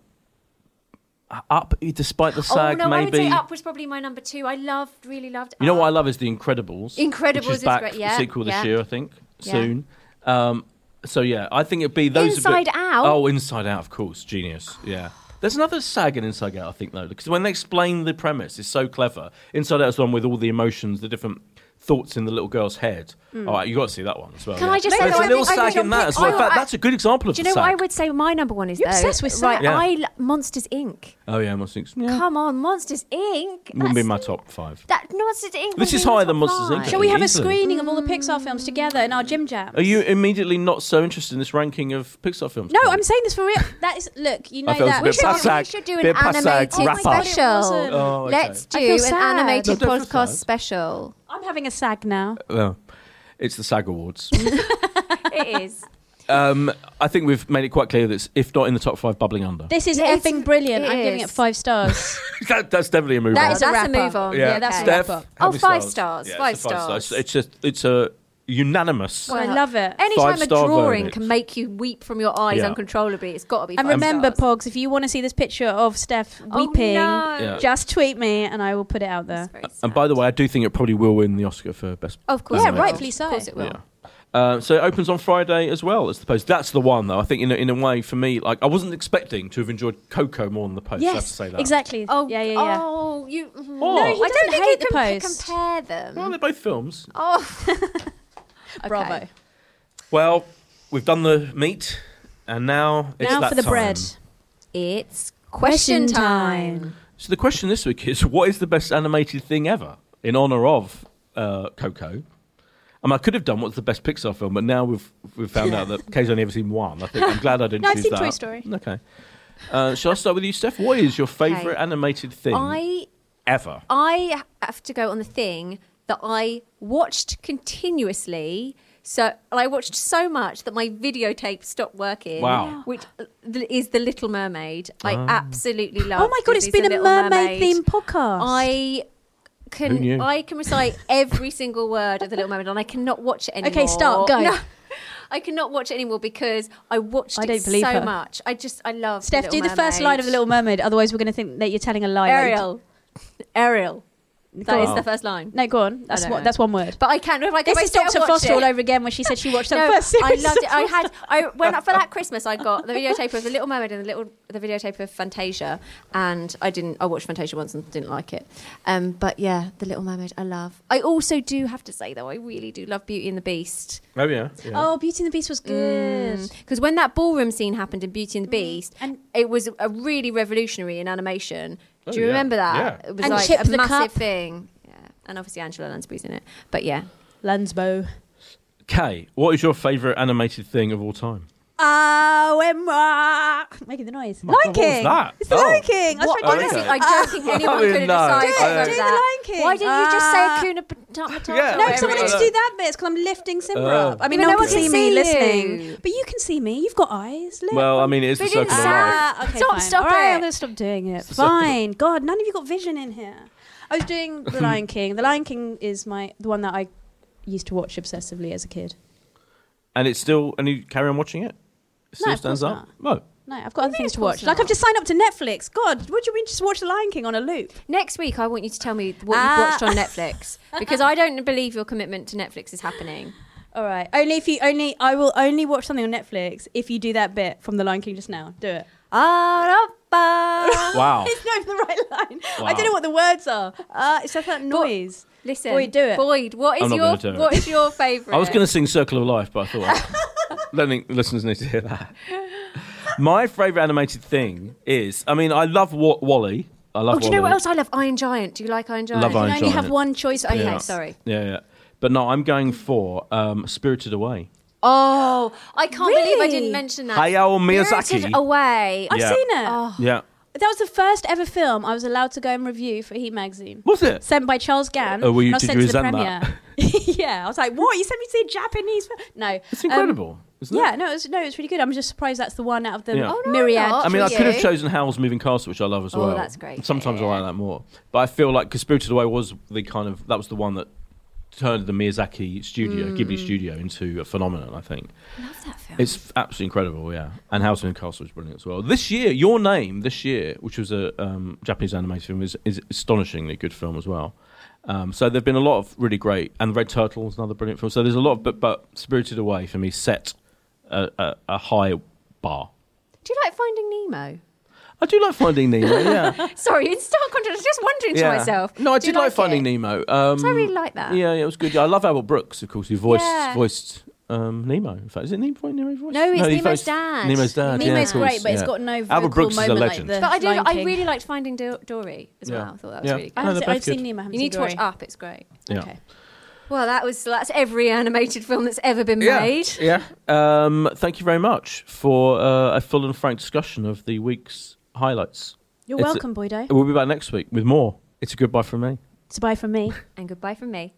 up, despite the oh sag, no, I would maybe. say Up was probably my number two. I loved, really loved. You know what I Up. love is The Incredibles. Um, Incredibles which is is back great, yeah, sequel this yeah. year, I think, Yeah. soon. Um, so yeah, I think it'd be those. are Inside Out? Oh, Inside Out, of course, genius. Yeah. There's another sag in Inside Out, I think, though, because when they explain the premise, it's so clever. Inside Out is the one with all the emotions, the different thoughts in the little girl's head. All right, you got to see that one as well. Mm. Can yeah. I just say There's that a I little think- I sag think in I'm that as well. In thinking- fact, I- that's a good example of Do you the know what I sag. would say my number one is You're though? obsessed with right, Sag. Yeah. I lo- Monsters Inc. Oh yeah, Monsters Inc. Yeah. Come on, Monsters Inc. Wouldn't be That's- my top five. That Monsters Inc. This would is be my higher top than Monsters, Inc. five. Shall we have a Easily. screening of all the Pixar films together in our gym jam? Are you immediately not so interested in this ranking of Pixar films? No, Paul? I'm saying this for real. That is, look, you I know felt that. a bit should- we Passag- should do an bit Passag wrap animated Oh my up. God, it special. wasn't. Oh, okay. Let's do I feel an sad. animated No, don't feel podcast sad. special. I'm having a sag now. Well, it's the SAG Awards. <laughs> It is. um, I think we've made it quite clear that it's, if not in the top five, bubbling under. This is Yeah, it's- effing brilliant. it I'm giving is. it five <laughs> stars. that, that's definitely a move That on. is a That's a wrapper. move on. Yeah. Yeah, that's a Steph, wrap up. how Oh, many five stars? stars. Yeah, Five it's a stars. It's- It's just it's a unanimous. I Well, love it. Anytime a Five-star drawing verdict. can make you weep from your eyes Yeah. uncontrollably, it's got to be. And five remember, stars. Pogs, if you want to see this picture of Steph Oh, weeping, no. Yeah. just tweet me and I will put it out there. It's very sad. uh, and by the way, I do think it probably will win the Oscar for best. of course, Yeah, it will. rightfully so. Of course, it will. Yeah. Uh, so it opens on Friday as well as the post. That's the one though. I think in a, in a way for me, like I wasn't expecting to have enjoyed Coco more than the post. I have to Yes, say that. exactly. Oh, yeah, yeah, yeah. Oh, you. mm. Oh. No, he I doesn't don't think hate the you can post. compare them. Well, they're both films. oh, Okay. Bravo. Well, we've done the meat, and now it's Now that for the time. bread. It's question time. So the question this week is: <laughs> What is the best animated thing ever in honor of uh, Coco? Um, I could have done what's the best Pixar film, but now we've we've found out <laughs> that Kay's only ever seen one. I think I'm glad I didn't No, I've choose seen that. Toy Story. Okay. Uh, shall I start with you, Steph? What is your favourite animated thing? I ever. I have to go on the thing that I watched continuously. So I watched so much that my videotape stopped working. Wow. Ah. Which is The Little Mermaid. I absolutely love. oh my god, it's been a mermaid, themed podcast. I Who knew? can I can recite every single word of The Little Mermaid, and I cannot watch it anymore. Okay, stop, go. No, I cannot watch it anymore because I watched I it don't believe so her. much. I just I love Steph, do Little the first Mermaid. line of The Little Mermaid, otherwise we're going to think that you're telling a lie. later. Ariel. Ariel. That Go is on. the first line. No, go on. That's don't what. know. That's one word. But I can't. If I This go back is to it, I'll Doctor watch Foster it. all over again when she said she watched her No, first series. I <laughs> loved it. I had I went up for that Christmas. I got the videotape of the Little Mermaid and the little the videotape of Fantasia, and I didn't. I watched Fantasia once and didn't like it. Um, but yeah, the Little Mermaid, I love. I also do have to say though, I really do love Beauty and the Beast Oh yeah. yeah. Oh, Beauty and the Beast was good. Mm-hmm. because when that ballroom scene happened in Beauty and the Beast, And- it was a really revolutionary in animation. Oh, Do you yeah. remember that? Yeah. It was And like Chip a the massive Cup. thing. Yeah, and obviously Angela Lansbury's in it. But yeah, Lansbow. Kay, what is your favourite animated thing of all time? Oh, Emma. Making the noise. Oh My Lion God, what was King. that? It's the Oh. Lion King. I was What, Oh, trying okay. to honestly, <laughs> I don't think anyone Oh, could have no. decided Do it, over do the that. Lion King. Why didn't you just say Ah. Kuna Matata? <laughs> Yeah. or No, No, Whatever whatever it someone it needs is. to do that bit. It's because I'm lifting Simba Oh. up. I mean, Yeah, no one can but no one see can me see listening. you. But you can see me. You've got eyes. Look. Well, I mean, it is But the it didn't circle of sound- life. Ah, okay, Stop, fine. stop All right, it. I'm going to stop doing it. It's a circle. Fine. God, none of you got vision in here. I was <coughs> doing The Lion King. The Lion King is my the one that I used to watch obsessively as a kid. And it's still, and you carry on watching it? It still No, of stands course up? No. No, I've got other things to of course watch. Like not. I've just signed up to Netflix. God, what do you mean just watch The Lion King on a loop? Next week, I want you to tell me what Ah. you've watched <laughs> on Netflix because I don't believe your commitment to Netflix is happening. All right. Only if you only I will only watch something on Netflix if you do that bit from The Lion King just now. Do it. Arapa. <laughs> Wow. It's not even the right line. I Wow. don't know what the words are. Uh, it's just that noise. <laughs> Listen, Boyd, do it. Boyd, what I'm is not your gonna do it. what is your favorite? I was going to sing Circle of Life, but I thought I don't think the listeners need to hear that. My favourite animated thing is, I mean, I love Wa- Wally. I love Oh, do you know what Wall-E. else I love? Iron Giant. Do you like Iron Giant? Love Iron you only Giant. have one choice. Okay, Yeah. sorry. Yeah, yeah. But no, I'm going for um, Spirited Away. Oh, I can't believe I didn't Really? mention that. Hayao Spirited Miyazaki. Away. I've Yeah. seen it. Oh. Yeah. That was the first ever film I was allowed to go and review for Heat Magazine. Was it? Sent by Charles Gann. Oh, were you- and I was did sent you to the resent premiere. that? <laughs> yeah, I was like, "What? You sent me to see a Japanese film?" No, It's Um, incredible, isn't yeah, it? no, it's no, it's really good. I'm just surprised that's the one out of the Yeah. Oh, no, myriad. not. I mean, I Yeah. could have chosen Howl's Moving Castle, which I love as Oh, well. that's great. Sometimes Yeah, I yeah, like that more, but I feel like because Spirited Away was the kind of that was the one that turned the Miyazaki studio, Mm. Ghibli studio, into a phenomenon. I think I love that film. it's absolutely incredible. Yeah, and Howl's Moving Castle was brilliant as well. This year, Your Name, this year, which was a um, Japanese animated film, is, is astonishingly good film as well. Um, so there've been a lot of really great, and Red Turtle was another brilliant film. So there's a lot, of, but but Spirited Away for me set a, a, a high bar. do you like Finding Nemo? I do like Finding <laughs> Nemo. Yeah, Sorry, in stark contrast, I was just wondering yeah. to myself. No, I do did you like, Finding it? Nemo. Um, I really like that. Yeah, yeah, it was good. Yeah, I love Albert Brooks, of course. Who voiced Yeah. voiced um, Nemo? In fact, is it Nemo? Nemo voiced? No, it's he Nemo's voiced dad. Nemo's dad. yeah, Nemo's of course, great, but it's yeah. got no vocal Albert Brooks is a moment like legend. the- But I do. Lion I King. really liked Finding Do- Dory as well. Yeah. I thought that was Yeah. really I good. No, I've, they're I've both good. seen Nemo. I haven't You seen need to watch Dory. Up. It's great. Yeah. Okay. Well, that was that's every animated film that's ever been made. Yeah. yeah. Um, thank you very much for uh, a full and frank discussion of the week's highlights. You're It's a- welcome, Boydo. We'll be back next week with more. It's a goodbye from me. It's a bye from me. And goodbye from me.